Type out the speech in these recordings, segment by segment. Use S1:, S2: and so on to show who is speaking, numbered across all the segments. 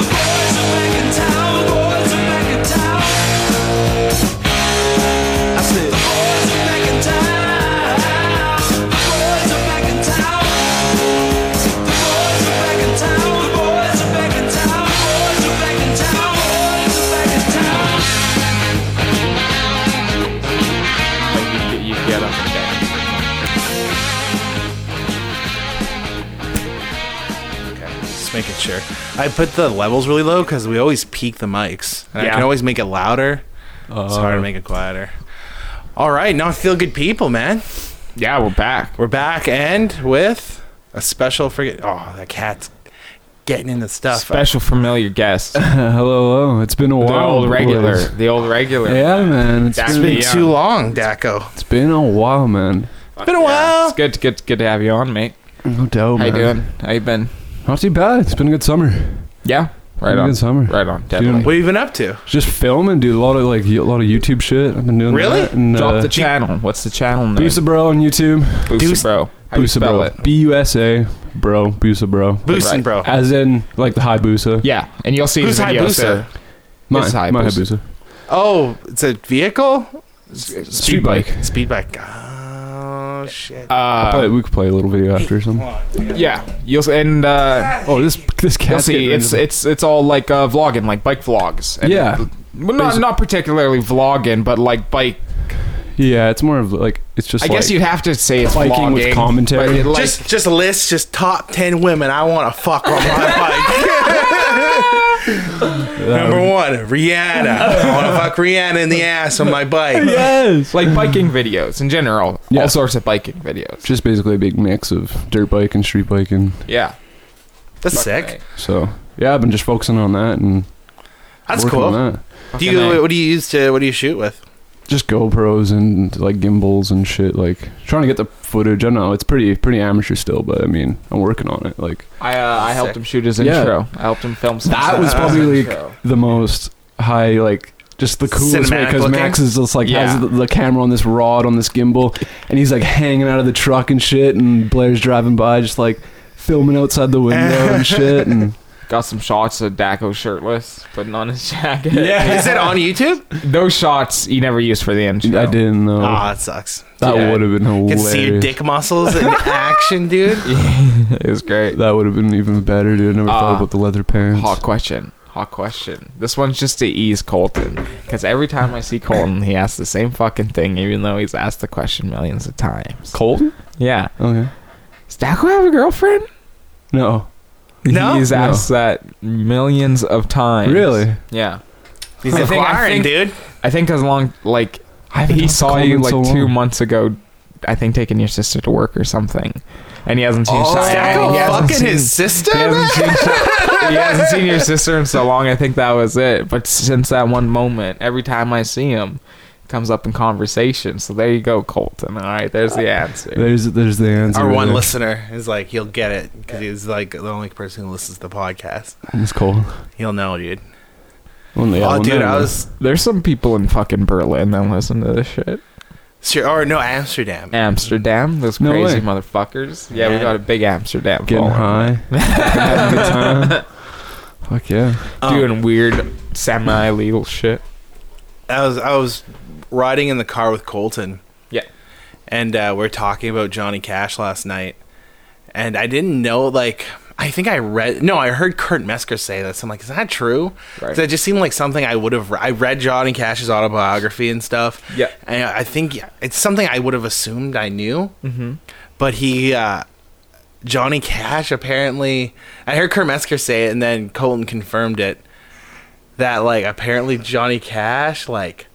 S1: The boys are back in town, boys are back in town. I said, The boys are back in town. The boys are back in town. The boys are back in town. The boys are back in town. The boys are back in town. The boys are back in town.
S2: You get up and down.
S3: Just making sure. I put the levels really low because we always peak the mics. And I
S2: Yeah.
S3: can always make it louder. it's hard to make it quieter. All right, now I feel good people, man.
S2: Yeah, we're back.
S3: We're back and with a special forget. Oh, the cat's getting in the stuff.
S2: Special familiar guest, the
S4: hello, hello. It's been a while.
S2: old regular,
S4: boys.
S2: the old regular.
S4: Yeah, man. It's
S2: That's
S3: it's
S4: been,
S3: been
S2: Yeah.
S3: too long, Daco.
S4: it's been a while, man.
S3: It's been a while.
S2: It's good, to- good, good to have you on, mate.
S4: No doubt,
S2: How you
S4: man.
S2: doing? How you been?
S4: Not too bad. It's been a good summer.
S2: Yeah, right
S4: Been a
S2: on.
S4: good summer.
S2: Right on.
S4: Doing-
S2: Definitely.
S3: What have you been up to?
S4: Just filming, dude. A lot of like y- a lot of YouTube shit. I've been doing
S3: Really?
S4: that. And,
S2: Drop
S4: uh,
S2: the channel. What's the channel name?
S4: Busa Bro on YouTube.
S2: Busa
S3: Deuce-
S2: bro. How do you
S4: Busa
S2: spell
S4: Bro.
S2: it?
S4: B U S A Bro. Busa Bro.
S3: Boosting,
S2: Right.
S3: bro.
S4: As in like the high Busa.
S2: Yeah, and you'll see
S3: Who's
S2: his videos.
S3: Hayabusa?
S2: there.
S4: my,
S2: it's high
S4: my high
S2: Busa.
S4: Busa.
S3: Oh, it's a vehicle.
S4: Street bike.
S3: Speed bike. Oh shit.
S2: Uh,
S4: Probably- we could play a little video after or
S3: Come
S4: something.
S3: on. dude.
S2: yeah, you'll s- and uh,
S4: Oh, this this
S2: you'll
S4: cat.
S2: see it's it's it's all like uh, vlogging, like bike vlogs. And
S4: Yeah.
S2: well, not
S4: Basi-
S2: not particularly vlogging, but like bike.
S4: yeah. It's more of like it's just.
S2: I guess
S4: like-
S2: you'd have to say it's
S4: Biking
S2: vlogging
S4: with commentary.
S2: but it, like,
S3: Just, just list just top ten women I want to fuck on my bike. Number
S2: Um,
S3: one, Rihanna. I want to fuck Rihanna in the ass on my bike.
S4: Yes.
S2: like biking videos in general,
S4: Yeah.
S2: all sorts of biking videos.
S4: Just basically a big mix of dirt bike and street biking.
S2: Yeah,
S3: That's sick.
S2: Okay.
S4: So yeah, I've been just focusing on that and
S3: That's
S4: working
S3: cool.
S4: on that.
S3: Do
S2: Fucking A.
S3: you? What do you use to? What do you shoot with?
S4: Just GoPros and like gimbals and shit. Like trying to get the footage. I don't know. It's pretty pretty amateur still, but I mean, I'm working on it. Like
S2: I uh, I helped him shoot his
S4: Yeah.
S2: intro. I helped him film. Some
S4: that
S2: stuff.
S4: was probably
S2: Intro.
S4: like the most high like. Just the coolest way
S3: Cinematic
S4: because
S3: looking?
S4: Max is just like
S2: Yeah.
S4: has the, the camera on this rod on this gimbal, and he's like hanging out of the truck and shit, and Blair's driving by just like filming outside the window and shit, and
S2: got some shots of Daco shirtless, putting on his jacket.
S3: Is it on YouTube?
S2: those shots he never used for the intro.
S4: I didn't know
S3: Aw, it sucks.
S4: that
S2: yeah.
S4: would have been
S3: You
S4: Oh. hilarious.
S3: can see your dick muscles in action, dude.
S2: It was great.
S4: That would have been even better, dude. I never
S2: Ah.
S4: thought about the leather pants.
S2: Hot question. Hot question. This one's just to ease Colton. Because every time I see Colton, he asks the same fucking thing, even though he's asked the question millions of times.
S4: Colton?
S2: Yeah.
S4: Okay.
S2: Does Daco have a girlfriend?
S4: No.
S3: No?
S2: He's
S4: No.
S2: asked that millions of times.
S4: Really?
S2: Yeah.
S3: He's
S2: I think- I
S3: acquiring,
S2: think-
S3: dude.
S2: I think as long, like,
S4: I haven't
S2: he
S4: talked to
S2: saw you
S4: Colton
S2: like
S4: in so
S2: two
S4: long.
S2: months ago I think taking your sister to work or something, and he hasn't seen.
S3: Oh,
S2: Cheyenne,
S3: Sacco
S2: and he hasn't
S3: fucking
S2: seen-
S3: his sister,
S2: He
S3: man?
S2: hasn't, seen, Chi- he hasn't seen your sister in so long. I think that was it. But since that one moment, every time I see him, it comes up in conversation. So there you go, Colton. All right, there's the answer.
S4: There's there's the answer.
S3: Our
S4: right
S3: one
S4: there.
S3: listener is like, he'll get it because he's like the only person who listens to the podcast.
S4: It's cool.
S3: He'll know, dude.
S4: Well, yeah,
S3: oh,
S4: well,
S3: dude,
S4: no,
S3: I
S4: no.
S3: was
S2: There's some people in fucking Berlin that listen to this shit.
S3: sure, or no, Amsterdam.
S2: Amsterdam, those
S4: No
S2: crazy
S4: way.
S2: motherfuckers. Yeah, we
S3: Yeah.
S2: got a big Amsterdam.
S4: getting
S2: following.
S4: high, having a good time. Fuck yeah!
S3: Um,
S2: doing weird semi-legal shit.
S3: I was I was riding in the car with Colton.
S2: Yeah.
S3: And uh, we are talking about Johnny Cash last night, and I didn't know. Like, I think I read. No, I heard Kurt Mesker say this. I'm like, is that true?
S2: Right.
S3: Because it just seemed like something I would have. I read Johnny Cash's autobiography and stuff.
S2: Yeah.
S3: And I think it's something I would have assumed I knew. Mm-hmm. But he. Uh, Johnny Cash apparently. I heard Kurt Mesker say it, and then Colton confirmed it. That like apparently Johnny Cash like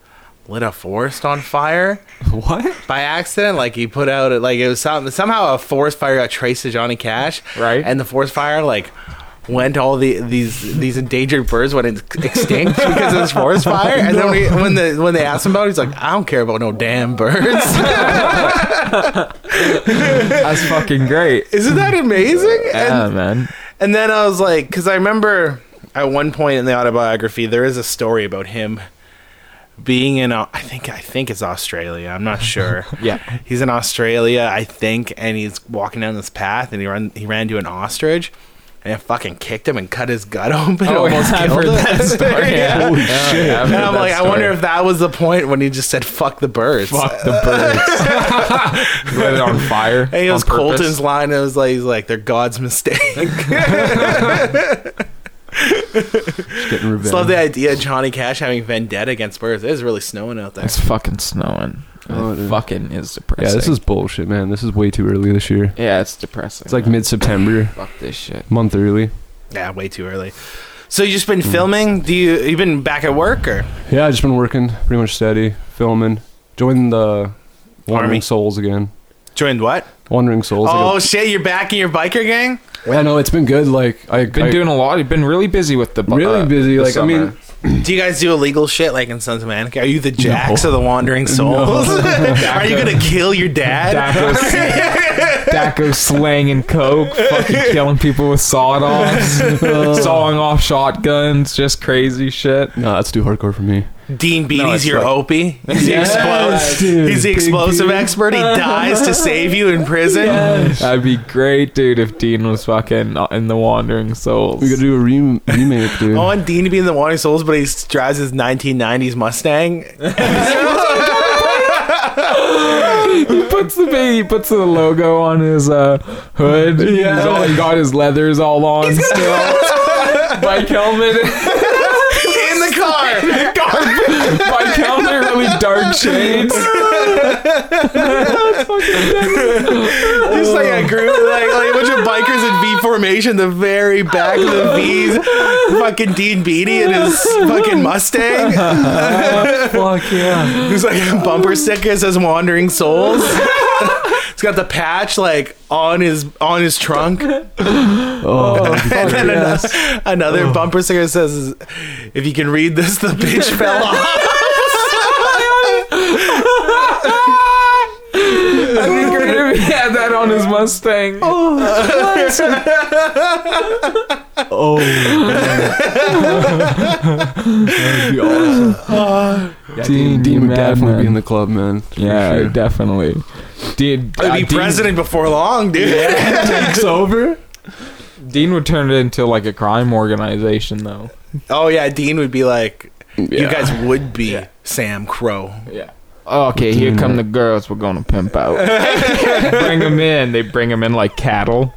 S3: lit a forest on fire
S2: What?
S3: by accident. Like he put out like it was some, somehow a forest fire got traced to Johnny Cash,
S2: Right.
S3: And the forest fire like went to all the these these endangered birds went ex- extinct because of this forest fire. And then we, when the when they asked him about it, he's like, I don't care about no damn birds.
S2: That's fucking great.
S3: Isn't that amazing?
S2: Yeah,
S3: And,
S2: man.
S3: and then I was like, because I remember at one point in the autobiography there is a story about him. Being in, uh, I think I think it's Australia. I'm not sure.
S2: Yeah.
S3: he's in Australia, I think, and he's walking down this path, and he ran he ran into an ostrich, and it fucking kicked him and cut his gut open,
S4: Oh,
S3: and almost
S2: Oh, yeah, I've
S3: killed
S2: heard
S3: him.
S2: that story.
S3: Yeah.
S2: Holy shit.
S3: And I'm like, I wonder if that was the point when he just said "fuck the birds."
S2: Fuck the birds. Lit it on fire.
S3: And it was
S2: on purpose.
S3: Colton's line. It was like, he's like, "They're God's mistake."
S4: Just getting revenge.
S3: Just love the idea of Johnny Cash having vendetta against birds. It is really snowing out there.
S2: It's fucking snowing.
S4: Oh,
S2: it
S4: dude.
S2: fucking is depressing.
S4: yeah, this is bullshit, man. This is way too early this year.
S2: Yeah, it's depressing.
S4: It's like
S2: man.
S4: mid-September,
S2: Fuck this shit.
S4: month early.
S3: Yeah, way too early. So you just been filming? Do you you been back at work or?
S4: Yeah, I just been working pretty much steady, filming, joining the Wandering
S3: Army.
S4: Souls again.
S3: Joined what?
S4: Wandering Souls. like a-
S3: Oh shit! You're back in your biker gang.
S4: Yeah, no, it's been good. Like I've
S2: Been doing a lot. You've been really busy with the bu-
S4: really
S2: uh,
S4: busy.
S2: the
S4: Like I
S2: summer.
S4: mean,
S3: Do you guys do illegal shit like in Sons of Anarchy? Are you the jacks of the wandering souls? Are you gonna kill your dad?
S2: Daco, Daco slanging coke, fucking killing people with sawed offs, sawing off shotguns, just crazy shit.
S4: no, that's too hardcore for me.
S3: Dean Beatty's
S2: it's
S3: your
S2: like-
S3: opie. He's the, explos-
S4: dude.
S3: he's the
S4: Big
S3: explosive
S4: Beatty.
S3: expert. He dies to save you in prison.
S2: That'd be great, dude, if Dean was fucking in the Wandering Souls.
S4: We gotta do a re- remake, dude.
S3: I want Dean to be in the Wandering Souls, but he drives his 1990s Mustang.
S2: he puts the big, he puts the logo on his uh, hood. Yeah, he's all, he got his leathers all on still. Bike helmet,
S3: in the car.
S2: bike helmet, really dark shades.
S3: Just like a group, like, like a bunch of bikers in V formation, the very back of the V's. Fucking Dean Beatty and his fucking Mustang.
S2: Fuck yeah!
S3: It's like a bumper sticker that says "Wandering Souls." It's got the patch like on his on his trunk, and
S4: oh,
S3: then ano- another, bumper sticker that says, "If you can read this, the bitch fell off."
S2: I think if he had that on his Mustang.
S4: oh, that'd be awesome. Yeah, Dean,
S2: Dean-
S4: Dean would
S2: Dean
S4: definitely be
S2: Ah. Madman.
S4: in the club, man. for
S2: Yeah,
S4: sure.
S2: definitely. Dude,
S3: I'll
S2: uh,
S3: be
S2: Dean,
S3: president before long, dude.
S4: takes over.
S2: Dean would turn it into like a crime organization, though.
S3: Oh yeah, Dean would be like, "You
S2: Yeah.
S3: guys would be Sam Crow."
S2: Yeah. Okay, here come the girls. We're gonna pimp out. bring them in. They bring them in like cattle.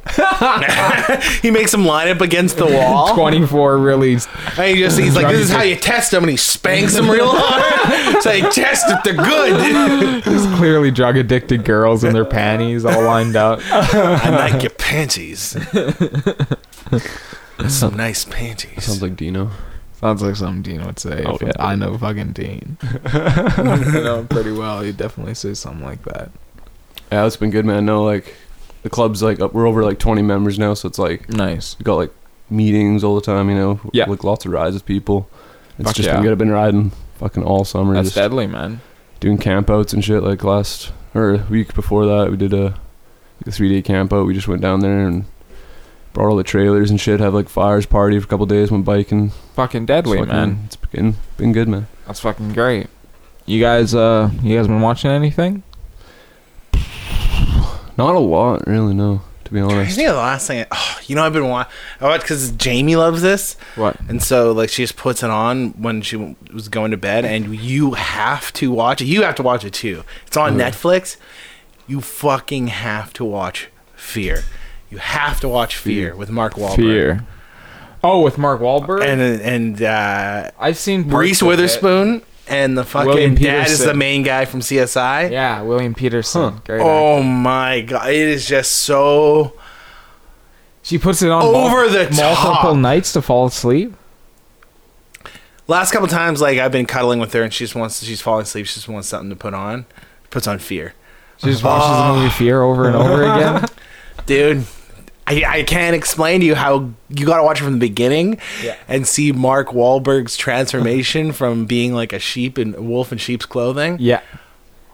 S3: He makes him line up against the
S2: Oh.
S3: wall.
S2: Twenty-four really.
S3: And he just he's like, "This is how you test them," and he spanks them real hard. so they test if they're good.
S2: Just clearly drug addicted girls in their panties all lined up.
S3: I like your panties. Some nice panties.
S4: Sounds like Dino.
S2: Sounds like something Dean would say.
S4: Oh,
S2: if
S4: yeah.
S2: I know fucking Dean. I know him pretty well. He'd definitely say something like that.
S4: Yeah, it's been good, man. No, like the club's like up, we're over like 20 members now, so it's like
S2: Nice.
S4: we got like meetings all the time. You know,
S2: Yeah.
S4: like lots of rides with people. It's
S2: Fuck
S4: just
S2: yeah.
S4: been good. I've been riding fucking all summer,
S2: That's
S4: just
S2: deadly, man.
S4: doing campouts and shit. Like last or a week before that, we did a like a three day camp out. We just went down there and brought all the trailers and shit. Have like fires party for a couple days. Went biking.
S2: Fucking deadly,
S4: Fucking-
S2: man.
S4: It's been been good, man.
S2: That's fucking great. You guys, uh, you guys been watching anything?
S4: Not a lot, really. No, to be
S3: I
S4: honest.
S3: think the last thing, oh, you know, I've been watching. I watched because Jamie loves this,
S2: What?
S3: and so like she just puts it on when she w- was going to bed, and you have to watch it. You have to watch it too. It's on
S2: Mm-hmm.
S3: Netflix. You fucking have to watch Fear. You have to watch Fear with Mark Wahlberg.
S2: Fear. Oh, with Mark Wahlberg.
S3: And and uh,
S2: I've seen parts
S3: Reese
S2: of it.
S3: Witherspoon and the
S2: William
S3: fucking dad is
S2: Peterson.
S3: the main guy from CSI.
S2: Yeah, William Peterson. Great actor.
S3: Oh my god, it is just so
S2: She puts it on
S3: Over
S2: mul-
S3: the
S2: multiple
S3: top.
S2: nights to fall asleep.
S3: last couple times like I've been cuddling with her and she just wants she's falling asleep, she just wants something to put on. Puts on fear.
S2: She just watches the movie Fear over and over again.
S3: Dude, I, I can't explain to you how you gotta watch it from the beginning
S2: Yeah.
S3: and see Mark Wahlberg's transformation from being like a sheep and a wolf in sheep's clothing.
S2: Yeah,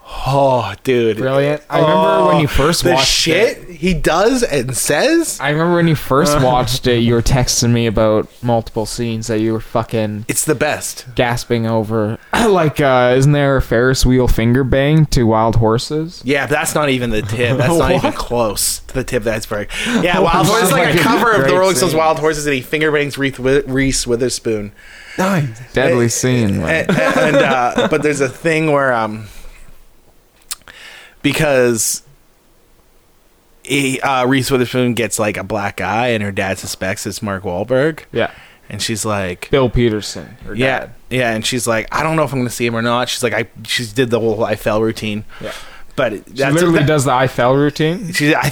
S3: Oh, dude. Oh,
S2: brilliant. I remember when you first
S3: the
S2: watched
S3: shit
S2: it.
S3: he does and says.
S2: I remember when you first watched it. You were texting me about multiple scenes that you were fucking
S3: It's the best.
S2: gasping over. like, uh, isn't there a Ferris wheel finger bang to Wild Horses?
S3: Yeah, but that's not even the tip. That's not even close to the tip of the iceberg. Yeah, Wild Horses is like a
S2: Fucking
S3: cover of the
S2: Oh great
S3: Rolling Stones
S2: scene.
S3: Wild Horses and he finger bangs Reese With- Reese Witherspoon.
S2: Deadly scene. man.
S3: and, and, uh, but there's a thing where um because he, uh, Reese Witherspoon gets like a black eye and her dad suspects it's Mark Wahlberg
S2: Yeah,
S3: and she's like
S2: Bill Peterson. her
S3: yeah
S2: dad.
S3: yeah and she's like I don't know if I'm gonna see him or not she's like I she did the whole I fell routine
S2: Yeah.
S3: but
S2: She literally
S3: that-
S2: does the I fell routine.
S3: She, I,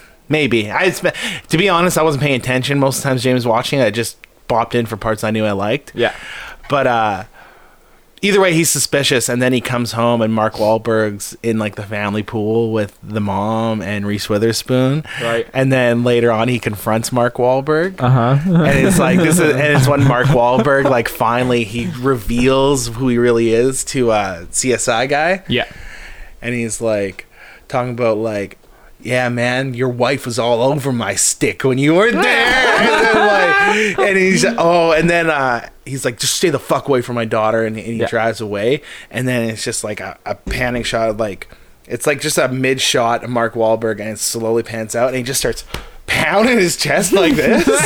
S3: maybe I. had Spent, to be honest, I wasn't paying attention most of the times James was watching. I just bopped in for parts I knew I liked.
S2: Yeah.
S3: But uh, either way, he's suspicious, and then he comes home, and Mark Wahlberg's in like the family pool with the mom and Reese Witherspoon.
S2: Right.
S3: And then later on, he confronts Mark Wahlberg.
S2: Uh huh.
S3: And it's like this is, and it's when Mark Wahlberg like finally he reveals who he really is to uh, CSI guy
S2: Yeah.
S3: and he's like talking about like yeah man your wife was all over my stick when you were there and, then, like, and he's oh and then uh he's like just stay the fuck away from my daughter and, and he
S2: Yeah.
S3: drives away and then it's just like a, a panic shot of like it's like just a mid shot of Mark Wahlberg and it slowly pans out and he just starts pounding his chest like this really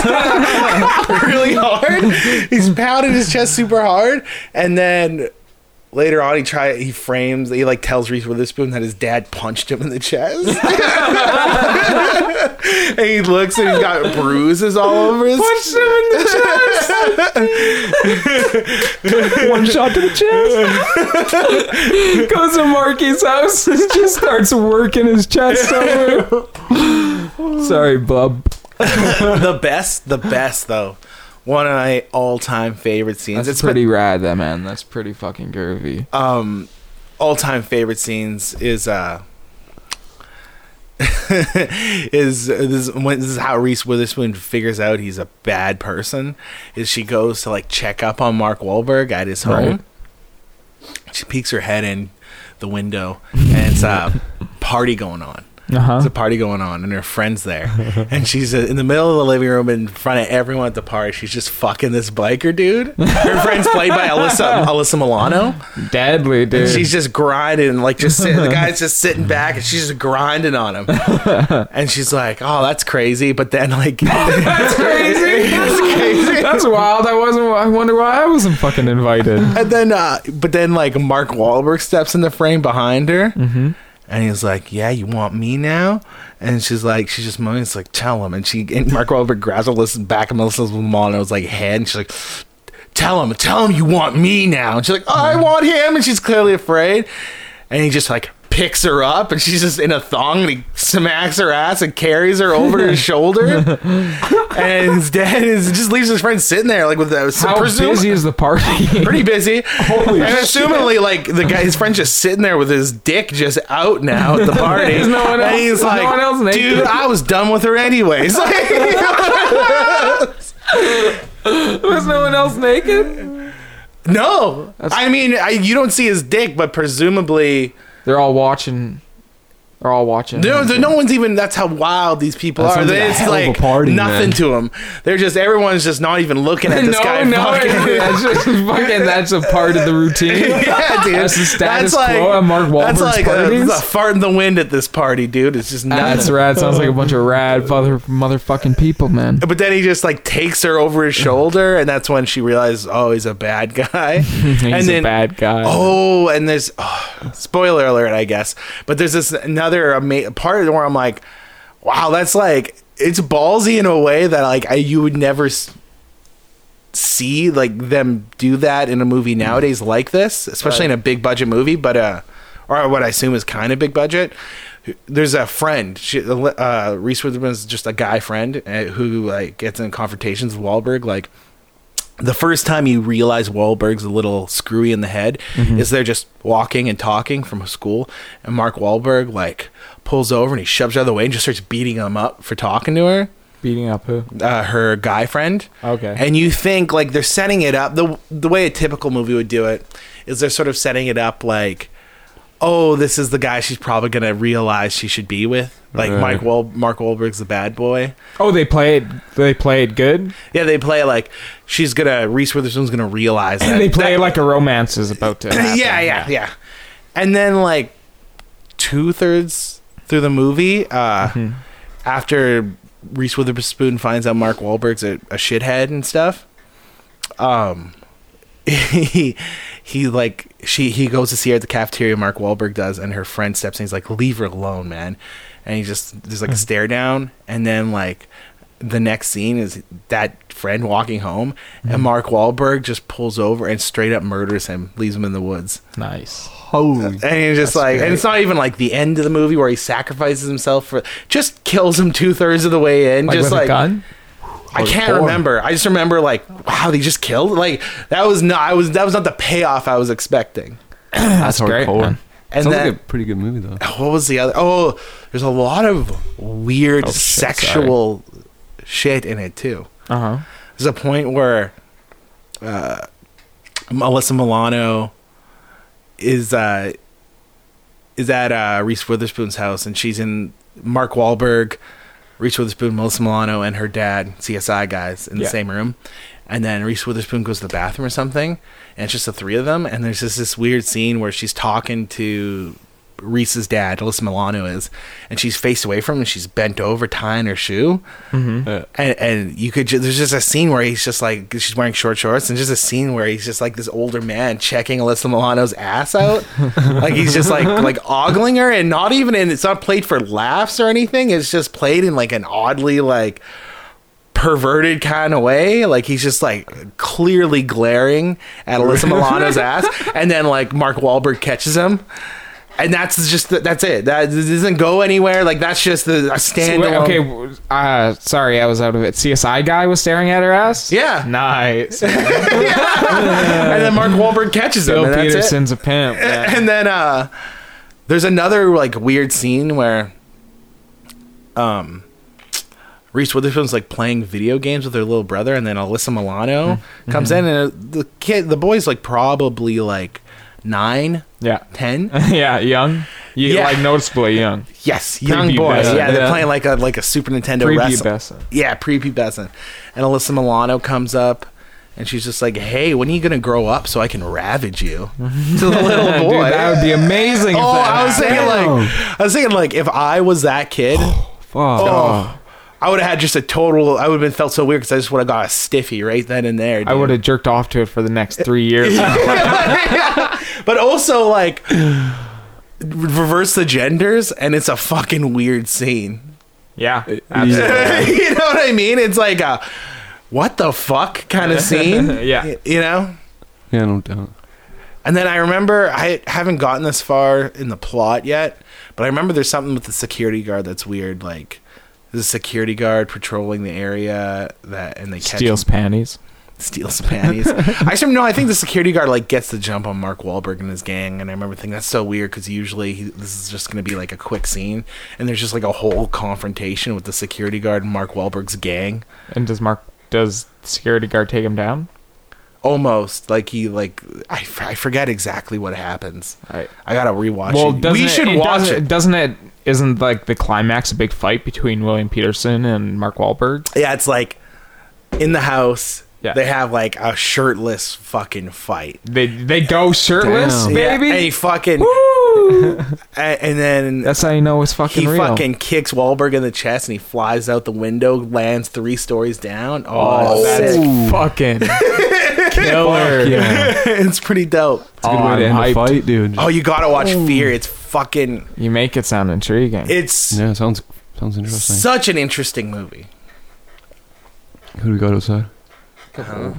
S3: hard he's pounding his chest super hard and then later on he try he frames he like tells Reese Witherspoon that his dad punched him in the chest. and he looks and he's got bruises all over his
S2: Punched him in the chest. One shot to the chest. Goes to Marky's house and just starts working his chest over. Sorry, bub.
S3: the best, the best though. One of my all-time favorite scenes.
S2: That's
S3: it's
S2: pretty rad, that man. That's pretty fucking groovy.
S3: um all-time favorite scenes is uh is this when this is how Reese Witherspoon figures out he's a bad person is she goes to like check up on Mark Wahlberg at his home. She peeks her head in the window and it's a party going on.
S2: Uh huh.
S3: There's a party going on, and her friend's there, and she's uh, in the middle of the living room in front of everyone at the party. She's just fucking this biker dude. Her friend's played by Alyssa Alyssa Milano.
S2: Deadly, dude.
S3: She's just grinding, like just sitting, the guy's just sitting back, and she's just grinding on him. And she's like, "Oh, that's crazy," but then like,
S2: That's crazy. That's crazy. That's wild. I wasn't. I wonder why I wasn't fucking invited.
S3: and then uh, but then like Mark Wahlberg steps in the frame behind her,
S2: Mm-hmm.
S3: and he's like, "Yeah, you want me now?" And she's like, she's just moaning. It's like, "Tell him." And she and Mark Wahlberg grabs Melissa's back of Melissa's Milano's like head, and she's like. Tell him, "Oh,
S2: Mm-hmm.
S3: tell him you want me now. And she's like, I want him. And she's clearly afraid. And he just like picks her up and she's just in a thong and he smacks her ass and carries her over his shoulder and his dad is just leaves his friend sitting there like with a
S2: How
S3: presume-
S2: busy is the party?
S3: pretty busy
S2: Holy
S3: and
S2: shit.
S3: assumingly like the guy his friend's just sitting there with his dick just out now at the party
S2: There's no one
S3: and
S2: else-
S3: he's
S2: no
S3: like
S2: one else naked.
S3: dude i was done with her anyways
S2: was no one else naked?
S3: no i mean I, you don't see his dick but presumably
S2: They're all watching. They're all watching.
S3: No, there- no one's even. That's how wild these people
S4: That
S3: are.
S4: sounds like a
S3: it's
S4: hell of a
S3: like
S4: party,
S3: nothing
S4: man.
S3: to them. They're just everyone's just not even looking at this
S2: no,
S3: guy.
S2: no,
S3: fucking.
S2: that's just fucking. That's a part of the routine.
S3: yeah, dude.
S2: That's the status quo at Mark
S3: That's
S2: Wahlberg's
S3: like a,
S2: parties?
S3: it's a fart in the wind at this party, dude. It's just nuts.
S2: That's rad. Sounds like a bunch of rad mother motherfucking people, man.
S3: But then he just like takes her over his shoulder, and that's when she realizes, oh, he's a bad guy.
S2: He's
S3: and
S2: a
S3: then,
S2: bad guy.
S3: Oh, and there's oh, spoiler alert, I guess. But there's this another ama- part where I'm like, wow, that's like it's ballsy in a way that like I, you would never s- see like them do that in a movie
S2: Mm-hmm.
S3: nowadays like this, especially in a big budget movie. But uh, or what I assume is kind of big budget. There's a friend. She, uh, Reese Witherspoon's just a guy friend uh, who like gets in confrontations with Wahlberg, like the first time you realize Wahlberg's a little screwy in the head
S2: Mm-hmm.
S3: is they're just walking and talking from school, and Mark Wahlberg like pulls over and he shoves her out of the way and just starts beating him up for talking to her,
S2: Beating up who?
S3: uh, her guy friend.
S2: Okay.
S3: and you think like they're setting it up the the way a typical movie would do it is they're sort of setting it up like. Oh, this is the guy she's probably gonna realize she should be with. Like
S4: Right.
S3: Mike Wahl, Mark Wahlberg's the bad boy.
S2: Oh, they played. They played good.
S3: Yeah, they play like she's gonna Reese Witherspoon's gonna realize that
S2: And they play
S3: that-
S2: like a romance is about to. Happen.
S3: yeah, yeah, yeah. And then like two thirds through the movie, uh,
S2: Mm-hmm.
S3: after Reese Witherspoon finds out Mark Wahlberg's a, a shithead and stuff, um, he he like she he goes to see her at the cafeteria. Mark Wahlberg does, and her friend steps in. He's like, "Leave her alone, man." And he just there's
S2: Hmm.
S3: like a stare down, and then like the next scene is that friend walking home,
S2: Hmm.
S3: and Mark Wahlberg just pulls over and straight up murders him, leaves him in the woods,
S2: Nice.
S4: Holy.
S3: and he's just like, and it's not even like the end of the movie where he sacrifices himself for, just kills him two thirds of the way in,
S2: Like
S3: just
S2: with
S3: like
S2: a gun.
S3: I can't
S2: Or-
S3: remember. I just remember like wow, they just killed. Like that was not. I was that was not the payoff I was expecting.
S4: That's,
S2: great,
S4: hardcore.
S2: man.
S3: And
S4: Sounds
S3: then
S4: like a pretty good movie though.
S3: what was the other? Oh, there's a lot of weird
S2: Oh, shit, sorry.
S3: sexual shit in it too.
S2: Uh huh.
S3: There's a point where uh, Melissa Milano is uh, is at uh, Reese Witherspoon's house, and she's in Mark Wahlberg, Reese Witherspoon, Melissa Milano, and her dad, CSI guys, in the
S2: Yeah.
S3: same room. And then Reese Witherspoon goes to the bathroom or something, and it's just the three of them. And there's just this weird scene where she's talking to Reese's dad, Alyssa Milano is, and she's faced away from him, and she's bent over tying her shoe
S4: Mm-hmm.
S3: and and you could ju- there's just a scene where he's just like she's wearing short shorts and just a scene where he's just like this older man checking Alyssa Milano's ass out like he's just like like ogling her and not even and it's not played for laughs or anything it's just played in like an oddly like perverted kind of way like he's just like clearly glaring at Alyssa Milano's ass and then like Mark Wahlberg catches him and that's just that's it that doesn't go anywhere like that's just the a
S2: Wait,
S3: standalone
S2: okay. w- Uh, sorry, I was out of it. CSI guy was staring at her ass.
S3: Yeah.
S2: Nice.
S3: and then Mark Wahlberg catches him.
S2: Bill
S3: and that's it.
S2: Peterson's a pimp. man.
S3: And then uh, there's another like weird scene where um, Reese Witherspoon's like playing video games with her little brother, and then Alyssa Milano
S2: Mm-hmm.
S3: comes in, and uh, the kid, the boy's like probably like nine,
S2: Yeah.
S3: ten.
S2: yeah, young. You
S3: Yeah.
S2: like noticeably young.
S3: Yes, young boys.
S2: Prepubescent.
S3: Yeah, they're
S2: Yeah.
S3: playing like a like a Super Nintendo wrestling.
S2: Prepubescent.
S3: Yeah, prepubescent. And Alyssa Milano comes up and she's just like, "Hey, when are you gonna grow up so I can ravage you?" to the little boy.
S2: Mm-hmm. Dude, that would be amazing. if
S3: oh,
S2: that
S3: I was
S2: happened.
S3: thinking like, I was thinking like, if I was that kid,
S4: Fuck.
S3: oh, I would have had just a total. I would have been felt so weird because I just would have got a stiffy right then and there.
S2: I
S3: dude.
S2: would have jerked off to it for the next three years.
S3: but also like reverse the genders and it's a fucking weird scene
S2: yeah, absolutely.
S3: you know what I mean? It's like a what the fuck kind of scene.
S2: Yeah.
S3: You know?
S4: Yeah, no doubt.
S3: And then I remember I haven't gotten this far in the plot yet, but I remember there's something with the security guard that's weird. Like there's a security guard patrolling the area that and they catch
S2: Steals panties.
S3: steals panties. I should know. I think the security guard like gets the jump on Mark Wahlberg and his gang, and I remember thinking that's so weird because usually he, this is just going to be like a quick scene, and there's just like a whole confrontation with the security guard and Mark Wahlberg's gang.
S2: And does Mark does security guard take him down?
S3: Almost like he like I, f- I forget exactly what happens.
S2: Right.
S3: I gotta rewatch
S2: Well,
S3: it. We
S2: doesn't it-
S3: should
S2: it
S3: watch
S2: doesn't,
S3: it.
S2: Doesn't it? Isn't like the climax a big fight between William Peterson and Mark Wahlberg?
S3: Yeah, it's like in the house.
S2: Yeah.
S3: They have like a shirtless fucking fight.
S2: They they go shirtless,
S4: Damn.
S3: Yeah,
S2: baby.
S3: and he fucking
S2: Woo!
S3: a- and then
S2: That's how you know it's fucking
S3: he
S2: real.
S3: fucking kicks Wahlberg in the chest and he flies out the window, lands three stories down. Oh,
S2: oh, that's
S3: sick.
S2: fucking killer.
S4: Yeah.
S3: it's pretty dope.
S4: It's a good
S2: Oh,
S4: way to
S2: I'm
S4: end a
S2: hyped.
S4: fight, dude.
S3: Oh, you gotta watch Fear. It's fucking.
S2: You make it sound intriguing.
S3: It's
S4: Yeah, sounds sounds interesting.
S3: such an interesting movie.
S4: Who do we got outside?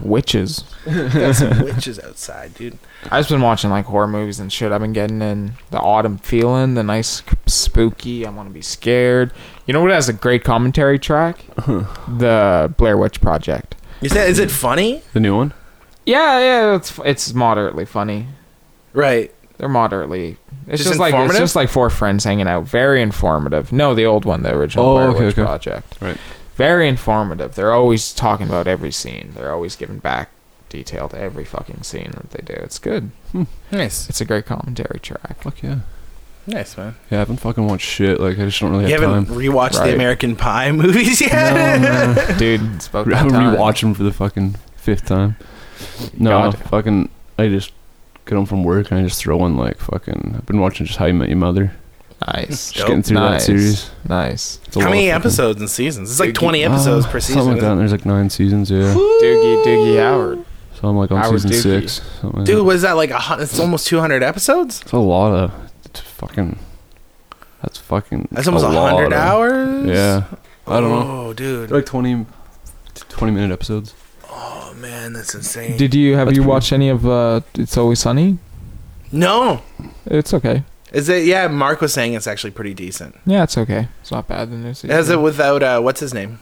S2: Witches.
S3: Got some witches outside, dude.
S2: I've just been watching like horror movies and shit. I've been getting in the autumn feeling, the nice spooky. I want to be scared. You know what has a great commentary track?
S4: Uh-huh.
S2: the Blair Witch Project.
S3: Is that is it funny?
S4: The new one?
S2: Yeah, yeah, it's it's moderately funny.
S3: Right.
S2: They're moderately. It's
S3: Just
S2: just, like it's
S3: informative?
S2: just like four friends hanging out. Very informative. No, the old one, the original
S4: Oh,
S2: Blair
S4: okay,
S2: Witch
S4: okay.
S2: Project.
S4: Right.
S2: Very informative. They're always talking about every scene. They're always giving back detail to every fucking scene that they do. It's good.
S3: Nice,
S2: It's a great commentary track.
S4: Fuck yeah.
S3: nice man.
S4: Yeah, I haven't fucking watched shit. Like, I just don't really
S3: You
S4: have
S3: haven't
S4: time.
S3: rewatched the
S2: Right.
S3: American Pie movies
S2: Oh,
S3: yet?
S4: No,
S2: Dude, it's about
S4: no. I
S2: that
S4: haven't
S2: time.
S4: rewatched them for the fucking fifth time. No,
S2: God.
S4: fucking. I just get home from work and I just throw on like fucking. I've been watching just How You Met Your Mother.
S2: Nice.
S4: Just getting through
S2: Nice.
S4: that series.
S2: Nice.
S4: It's a
S3: How
S4: lot
S3: many
S4: of fucking-
S3: episodes and seasons? It's like
S2: Dude,
S3: twenty episodes
S4: Uh,
S3: per season.
S4: Something like that.
S3: isn't
S4: and There's like nine seasons,
S3: it?
S4: yeah.
S2: Doogie Doogie Howard.
S4: So I'm like on
S2: Howard
S4: season
S2: Doogie.
S4: six. something like that.
S3: Dude, was that like a hun- it's almost two hundred episodes?
S4: It's a lot of it's fucking. That's fucking.
S3: That's almost
S4: a lot
S3: hundred
S4: of-
S3: hours.
S4: Yeah, I don't know.
S3: Oh, dude.
S4: They're like 20, 20 minute episodes.
S3: Oh man, that's insane.
S2: Did you have
S4: That's
S2: you
S4: pretty-
S2: watched any of uh It's Always Sunny?
S3: no,
S2: It's okay.
S3: is it? Yeah, Mark was saying it's actually pretty decent.
S2: Yeah, it's okay. It's not bad. The new season.
S3: As it without uh, what's his name?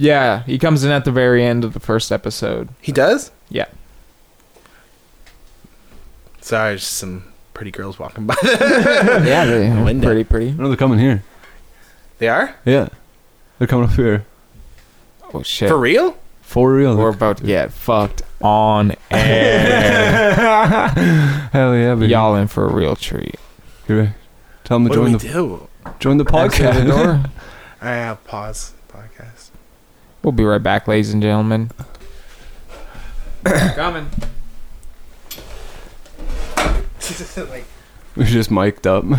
S2: Yeah, he comes in at the very end of the first episode.
S3: He does.
S2: Yeah.
S3: Sorry, just some pretty girls walking by.
S2: Yeah, they,
S3: Linda.
S2: pretty pretty.
S4: No, they're coming here.
S3: they are
S4: Yeah, they're coming up here
S2: Oh shit.
S3: for real.
S4: for real.
S2: We're
S4: They're-
S2: about to get fucked on air.
S4: Hell yeah, baby.
S2: Y'all in for a real treat.
S4: You're right. Tell them
S3: What
S4: to
S3: do we
S4: join the
S3: do?
S4: join the
S2: Answer the
S4: podcast.
S2: door.
S3: I have pause podcast.
S2: We'll be right back, ladies and gentlemen. Coming.
S3: like,
S4: We're just mic'd up.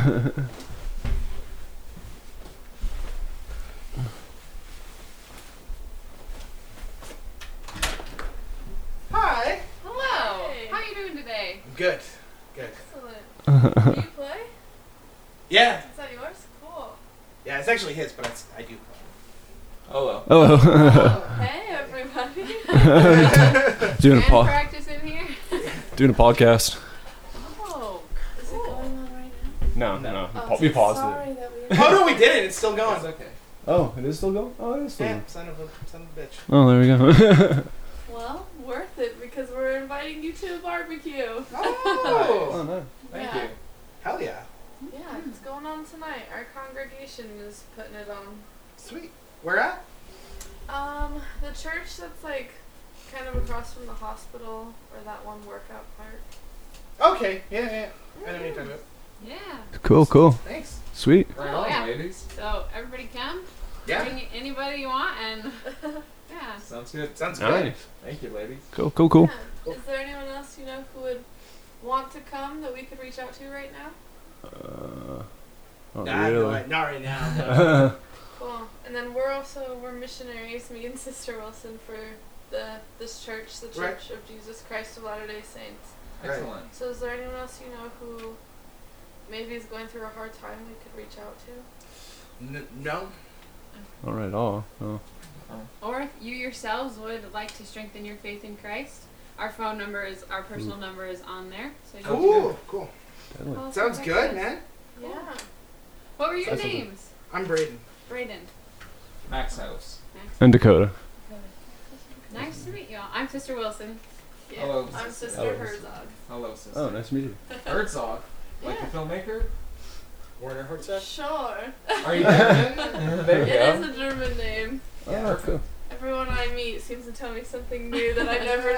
S3: hi.
S5: Hello. How you doing today?
S3: Good. Good.
S5: Excellent. do you play?
S3: Yeah.
S5: Is that yours? Cool.
S3: Yeah. It's actually his, but it's, I do.
S4: oh,
S5: Oh, hey everybody.
S4: doing a
S5: Band
S4: po-
S5: practice in here.
S4: doing a podcast.
S5: Oh, is it going on right
S4: No, no,
S5: now? Oh, sorry that we-
S3: Oh no, we did it. It's still going. okay.
S4: Oh, it is still going. Oh, it
S2: Hmm.
S4: is
S3: Son of a son of a bitch.
S4: Oh, there we go.
S5: Well, worth it because we're inviting you to a barbecue.
S3: Oh.
S5: Thank
S3: Hell yeah.
S5: you. Yeah, it's going on tonight. Our congregation is putting it on.
S3: Sweet. Where at?
S5: Um, the church that's like kind of across from the hospital or that one workout park.
S3: Okay. Yeah. Yeah. I know what you're talking about.
S5: Yeah.
S4: cool, cool,
S3: Thanks.
S4: sweet.
S5: Right on, Yeah.
S2: ladies.
S5: So everybody come. Bring anybody you want and yeah.
S2: Sounds good.
S3: Sounds
S2: Thank you, ladies.
S4: Cool, cool, cool.
S5: Yeah. Is there anyone else you know who would want to come that we could reach out to right now?
S4: Uh, Not
S3: Nah,
S4: really.
S3: no, not right now. no.
S5: Cool. And then we're also we're missionaries, me and Sister Wilson for the this church, the
S3: Right.
S5: Church of Jesus Christ of Latter Day Saints.
S3: Excellent.
S5: So is there anyone else you know who maybe is going through a hard time we could reach out to?
S3: N- no.
S4: All right, all. Oh.
S6: Or if you yourselves would like to strengthen your faith in Christ, Our phone number is our personal number is on there. So you can
S7: Cool, cool.
S4: Deadly.
S6: call us
S7: Sounds
S6: if
S7: good,
S6: you-
S7: man.
S5: Yeah.
S6: What were your
S4: Sounds like-
S6: names?
S7: I'm Braden.
S6: Brayden.
S5: Mm-hmm.
S2: Max House.
S4: And Dakota.
S6: Nice to meet y'all. I'm Sister Wilson.
S5: yeah.
S2: Hello,
S5: I'm
S2: sister.
S5: Sister
S4: Hello, sister.
S5: Herzog.
S2: Hello, sister.
S4: Oh, nice to meet you.
S2: Herzog, like
S5: Yeah.
S2: the filmmaker.
S7: Werner Herzog.
S5: Sure.
S2: Are you there? there
S5: It
S2: we
S5: is
S2: go.
S5: a German name.
S4: Oh, cool.
S5: Everyone I meet seems to tell me something new that I never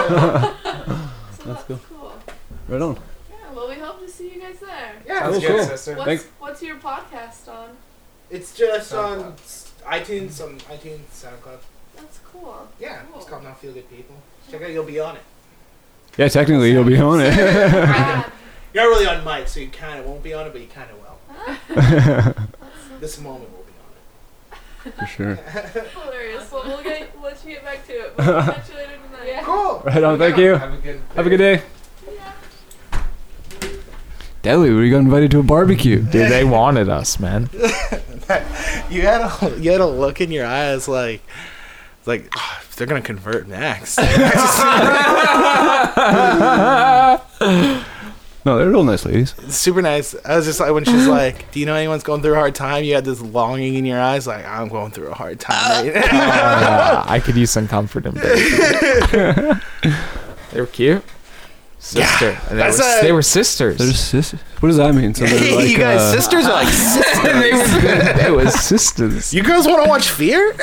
S5: knew. so that's
S4: cool.
S5: cool.
S4: Right on.
S5: Yeah, well, we hope to see you guys there.
S7: Yeah,
S4: Cool,
S2: Sounds
S4: cool.
S2: good, sister.
S5: What's,
S4: Thanks.
S5: what's your podcast on?
S7: it's just on
S2: SoundCloud.
S7: s- iTunes, on iTunes, SoundCloud.
S5: That's cool.
S7: Yeah,
S5: Cool.
S7: it's called Not Feel Good People. Check it out, you'll be on it.
S4: Yeah, technically you'll be on it.
S5: Rad.
S7: You're not really on mic, so you kind of won't be on it, but you kind of will. This moment will be on it.
S4: For sure.
S5: Hilarious. Well, we'll get, let you get back to it. But we'll catch you later tonight.
S6: Yeah.
S7: Cool.
S4: Right on. Thank you.
S2: Have a good.
S4: Have a good day. Deadly, we got invited to a barbecue.
S2: Dude, they wanted us, man.
S3: You had a you had a look in your eyes like like "Ah, they're gonna convert next.
S4: No, they're real nice ladies.
S3: Super nice. I was just like when she's like, "Do you know anyone's going through a hard time?" You had this longing in your eyes, like I'm going through a hard time. Right now.
S2: Uh, I could use some comfort in bed. they were cute. Sister. They,
S3: That's
S2: were,
S3: a-
S2: they were sisters.
S4: They're sisters. What does that mean? So they're like,
S3: you guys
S4: uh,
S3: sisters are like, "Sis-
S2: they, were, they were sisters.
S3: "You guys want to watch Fear?"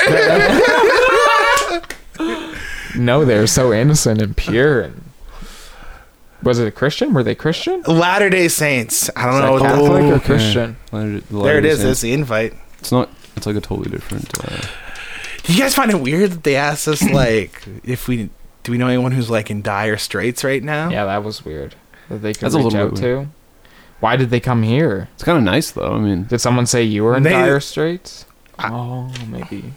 S2: No, they were so innocent and pure. And was it a Christian? Were they Christian?
S3: Latter Day Saints. I don't
S2: Is that
S3: know. what the-
S2: Catholic or
S4: okay.
S2: Christian?
S4: Latter-
S3: there
S4: the
S3: it
S4: Latter-day
S3: is. That's
S4: Saints.
S3: the invite.
S4: It's not. It's like a totally different. Uh,
S3: Do you guys find it weird that they asked us like if we do we know anyone who's like in dire straits right now?
S2: Yeah, that was weird. That they could
S4: That's a
S2: reach
S4: little
S2: out
S4: bit
S2: to. Why did they come here?
S4: it's kind of nice though. I mean,
S2: Did someone say you were in
S3: They-
S2: dire straits?
S3: I-
S2: oh, maybe.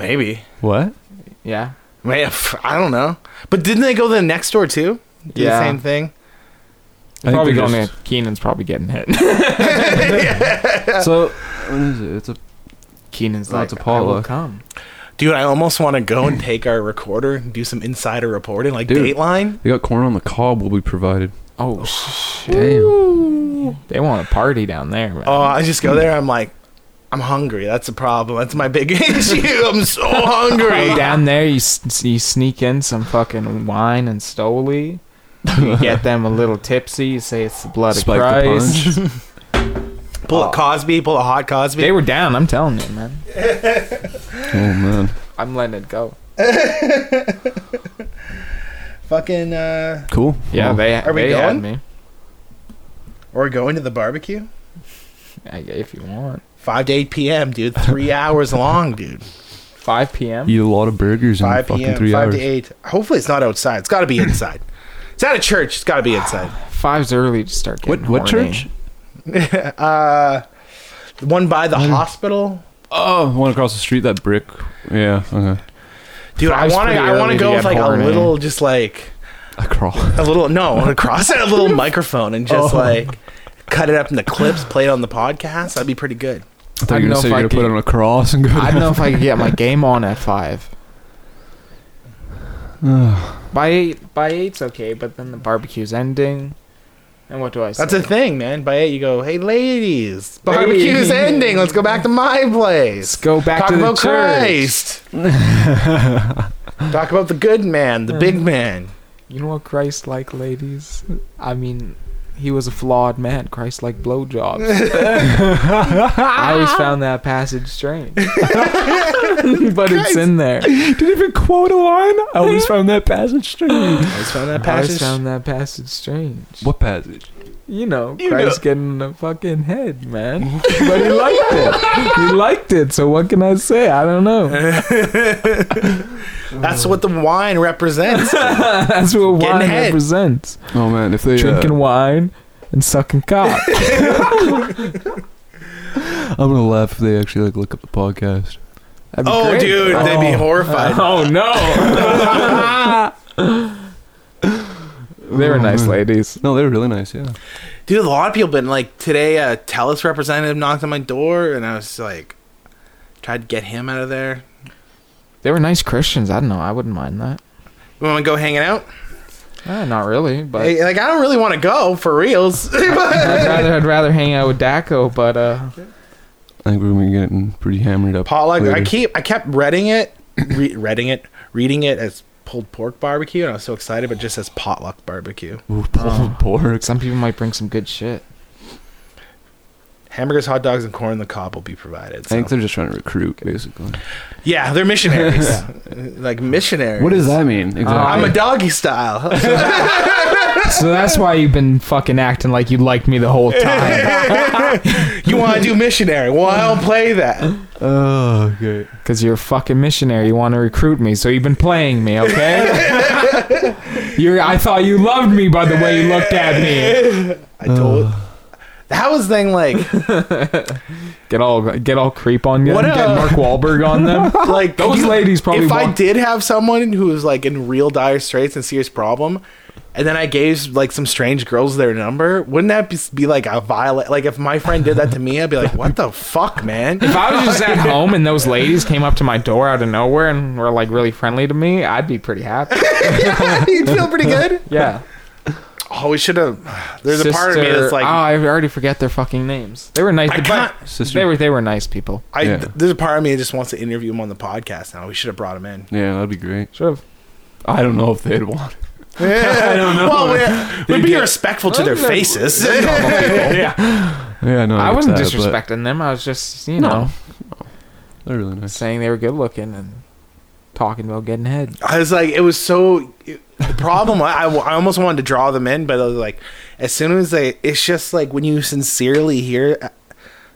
S3: Maybe.
S4: what?
S2: Yeah.
S3: May- I don't know. But didn't they go to the next door too? Do
S2: Yeah.
S3: the same thing.
S4: I think
S2: probably
S4: they're
S2: going
S4: just-
S2: to Keenan's probably getting hit.
S4: So when is it? It's a.
S2: Keenan's
S4: Oh,
S2: like,
S4: it's a
S2: I will
S4: potluck."
S2: come.
S3: Dude, I almost want to go and take our recorder and do some insider reporting, like
S4: Dude.
S3: Dateline.
S4: They got corn on the cob. Will be provided.
S2: Oh, shit.
S4: Damn.
S2: They want a party down there, man.
S3: Oh, I just go there. I'm like, I'm hungry. That's a problem. That's my big issue. I'm so hungry.
S2: Go down there, you, s- you sneak in some fucking wine and stoli. You get them a little tipsy. You say it's the blood
S4: Spike
S2: of
S4: the
S2: Christ.
S4: punch.
S3: Pull a Cosby. Pull a hot Cosby.
S2: They were down. I'm telling you, man.
S4: oh man.
S2: I'm letting it go.
S3: Fucking. Uh,
S4: Cool.
S2: Yeah,
S4: Well,
S2: they
S3: Are we
S2: they had
S3: going?
S2: me.
S3: we're going to the barbecue.
S2: I- If you want,
S3: Five to eight p.m., dude. Three hours long, dude.
S2: 5 p.m.
S4: eat a lot of burgers in
S3: Five
S4: fucking
S3: p.m.
S4: three
S3: Five
S4: hours.
S3: to eight. Hopefully, it's not outside. It's got to be inside. it's at a church. It's got to be inside.
S2: Five's early to start
S4: What
S2: getting
S4: what
S2: horny.
S4: church?
S3: Uh, the one by the hospital.
S4: Oh, the one across the street. That brick. Yeah. Okay.
S3: Dude, I
S2: Fry's
S3: want to.
S2: pretty
S3: I want
S2: early
S3: to
S2: to
S3: go
S2: get
S3: with like
S2: porn
S3: a
S2: in.
S3: little, just like
S4: I crawl.
S3: a little. No, across a little microphone and just
S4: Oh.
S3: like cut it up into clips, play it on the podcast. That'd be pretty good.
S4: I thought
S2: I
S4: you were
S2: know
S4: gonna say
S2: if
S4: you're
S2: I
S4: gonna put
S2: could-
S4: it on a cross and go.
S2: I
S4: down.
S2: don't know if I could get my game on at five. by eight, by eight's okay, but then the barbecue's ending, and what do I say?
S3: That's a thing, man. By eight, you go. Hey, ladies, barbecue's
S2: Hey.
S3: ending. Let's go back to my
S2: Let's
S3: place.
S2: go back
S3: Talk
S2: to the
S3: about
S2: church.
S3: Christ. Talk about the good man, the
S2: Mm.
S3: big man.
S2: You know what Christ like, ladies? I mean, he was a flawed man. Christ like blowjobs. I always found that passage strange, but it's in there.
S4: Did you even quote a line? I always found that passage strange.
S3: I just found that
S2: I always
S3: passage.
S2: found that passage strange.
S4: What passage?
S2: you know, Christ getting a fucking head, man. but he liked it. He liked it. So what can I say? I don't know.
S3: That's what the wine represents.
S2: That's what
S3: Getting
S2: wine
S3: head.
S2: represents:
S4: Oh man, if they
S2: drinking
S4: uh,
S2: wine and sucking cock.
S4: I'm gonna laugh if they actually like look up the podcast.
S2: That'd be
S3: oh,
S2: great.
S3: dude, they'd be horrified.
S2: Oh no. they were nice ladies.
S4: No, they're really nice. Yeah.
S3: Dude, a lot of people been like today. A Telus representative knocked on my door, and I was like, tried to get him out of there.
S2: They were nice Christians. I don't know. I wouldn't mind that.
S3: We want to go hanging out?
S2: Eh, not really, but
S3: Hey, like I don't really want to go for reals.
S2: I'd rather I'd rather hang out with Daco. But uh,
S4: I think we're gonna be getting pretty hammered up.
S3: Potluck. I
S4: later.
S3: keep I kept reading it, re- reading it, reading it as pulled pork barbecue, and I was so excited, but it just says potluck barbecue.
S4: Ooh, pulled pork.
S2: some people might bring some good shit.
S3: Hamburgers, hot dogs, and corn on the cob will be provided.
S4: I think
S3: so.
S4: they're just trying to recruit, basically.
S3: yeah, they're missionaries, like missionaries.
S4: What does that mean
S3: I'm
S4: exactly?
S3: a doggy style.
S2: So that's why you've been fucking acting like you liked me the whole time,
S3: you want to do missionary? Well, I don't play that.
S4: oh, okay.
S2: because you're a fucking missionary. You want to recruit me, so you've been playing me, okay? you're. I thought you loved me by the way you looked at me.
S3: I
S2: Uh.
S3: told. That was the thing like
S2: Get all get all creep on you.
S3: What
S2: get
S3: a-
S2: Mark Wahlberg on them.
S3: like
S2: Those
S3: you-
S2: ladies probably
S3: If I
S2: want-
S3: did have someone who was like in real dire straits and serious problem, and then I gave like some strange girls their number, wouldn't that be, be like a violent? Like if my friend did that to me, I'd be like, "What the fuck, man."
S2: If I was just at home and those ladies came up to my door out of nowhere and were like really friendly to me, I'd be pretty happy.
S3: You'd feel pretty good.
S2: Yeah.
S3: Oh, we should have. There's a part of me
S2: Sister-
S3: that's like,
S2: oh, I already forget their fucking names. They were nice.
S3: I
S2: but
S3: can't-
S4: Sister.
S2: They were they were nice people.
S3: I
S4: Yeah.
S3: there's a part of me that just wants to interview him on the podcast now. We should have brought him in.
S4: Yeah, that'd be great.
S2: Should have.
S4: I don't know if they'd want.
S3: I don't know. Well, we- we'd be
S4: get-
S3: respectful to their
S2: They're-
S3: faces.
S4: Yeah, no.
S2: I
S4: get
S2: wasn't
S4: that, but
S2: disrespecting them. I was just you
S4: No.
S2: know
S4: They're really nice.
S2: saying they were good looking and talking about getting head.
S3: I was like, it was so. It, the problem, I, I almost wanted to draw them in, but I was like, as soon as they, it's just like when you sincerely hear uh,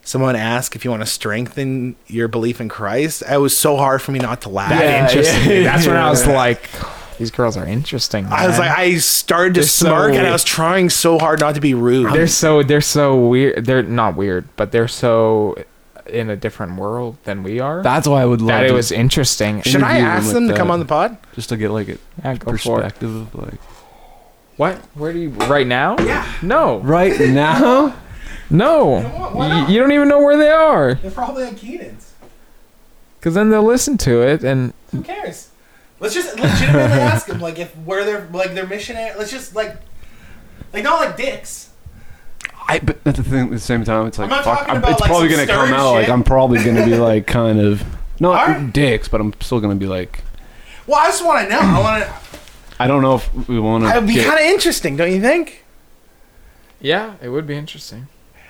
S3: someone ask if you want to strengthen your belief in Christ, it was so hard for me not to laugh.
S2: That interesting.
S3: yeah.
S2: That's when I was like, these girls are interesting.
S3: I was
S2: man.
S3: like, I started to
S2: They're so
S3: smirk, and
S2: weird.
S3: I was trying so hard not to be rude.
S2: they're so they're so weird. They're not weird, but they're so in a different world than we are.
S4: That's why I would love
S2: that it
S4: to,
S2: was interesting.
S3: Should I
S4: interview them
S3: ask
S4: like
S3: them to
S4: that.
S3: come on the pod?
S4: just to get like a
S2: Yeah, go for it.
S4: perspective of like
S2: What? Where do you right now? Yeah. No.
S4: right now.
S2: No. Y- you don't even know where they are,
S7: They're probably on Keenan's.
S2: because then they'll listen to it and
S7: Who cares? Let's just legitimately ask them, like, if where they're like their missionary. Let's just like, like not like dicks.
S4: I but at the thing at the same time it's like
S7: not
S4: fuck,
S7: talking
S4: I'm,
S7: about,
S4: it's
S7: like,
S4: probably
S7: some
S4: gonna come
S7: stern
S4: out like
S7: shit.
S4: I'm probably gonna be like kind of not
S7: Alright.
S4: dicks, but I'm still gonna be like
S7: Well, I just want to know. I want to.
S4: I don't know if we want
S3: It'd
S4: to.
S3: be kind of interesting, don't you think?
S2: yeah, it would be interesting.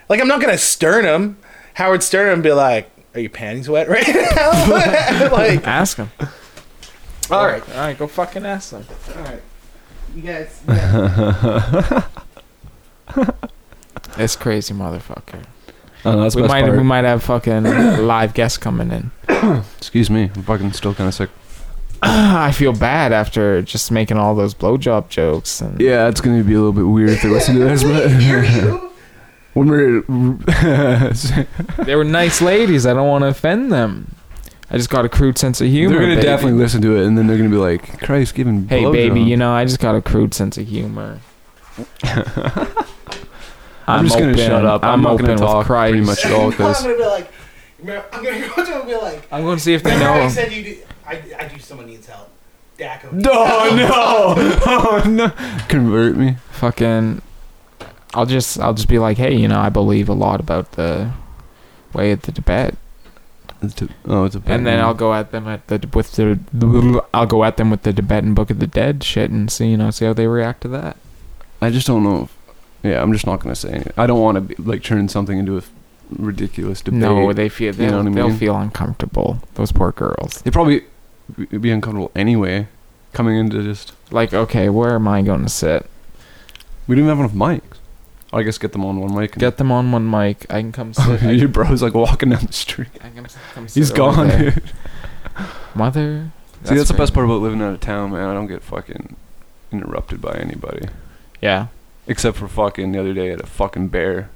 S3: Like, I'm not gonna sternum Howard Stern and be like, "Are your panties wet right now?" like,
S2: Ask them.
S3: all right.
S2: All right, go fucking ask them.
S7: You guys.
S2: It's crazy, motherfucker.
S4: Oh, that's the
S2: We
S4: best
S2: might
S4: part.
S2: we might have fucking live guests coming in.
S4: Excuse me, I'm fucking still kind of sick.
S2: I feel bad after just making all those blowjob jokes and
S4: Yeah, it's gonna be a little bit weird if they listen to this, but when we're
S2: they were nice ladies. I don't want to offend them. I just got a crude sense of humor.
S4: They're gonna
S2: baby.
S4: definitely listen to it, and then they're gonna be like, "Christ, giving
S2: Hey, baby, you know, I just got a crude sense of humor.
S4: I'm just gonna shut up. I'm not gonna
S2: open with
S4: talk pretty
S2: Christ.
S4: much at all
S7: I'm
S4: because
S7: gonna be like. remember- I'm gonna go to him and be like.
S2: I'm going to see if they
S7: Remember how
S2: know.
S7: you said you do? I, I do. Someone needs help. Daco.
S4: No, no, oh no! Convert me.
S2: Fucking, I'll just, I'll just be like, hey, you know, I believe a lot about the way of the Tibet,
S4: It's too- oh, it's a
S2: and then I'll go at them at the with the, I'll go at them with the Tibetan Book of the Dead shit and see, you know, see how they react to that.
S4: I just don't know. If, yeah, I'm just not gonna say anything. I don't want to be, like turn something into a f- ridiculous debate.
S2: No, they feel, they'll,
S4: You know what I
S2: they'll
S4: mean?
S2: feel uncomfortable. Those poor girls.
S4: they probably be be uncomfortable anyway. Coming into just
S2: Like, okay, where am I going to sit?
S4: we don't even have enough mics. I guess get them on one mic. And,
S2: Get them on one mic. I can come sit. I,
S4: your bro's like walking down the street.
S2: I can come sit
S4: He's
S2: over
S4: gone.
S2: there.
S4: Dude.
S2: Mother.
S4: See, that's the best
S2: crazy.
S4: part about living out of town, man. I don't get fucking interrupted by anybody.
S2: Yeah.
S4: Except for fucking the other day at a fucking bear.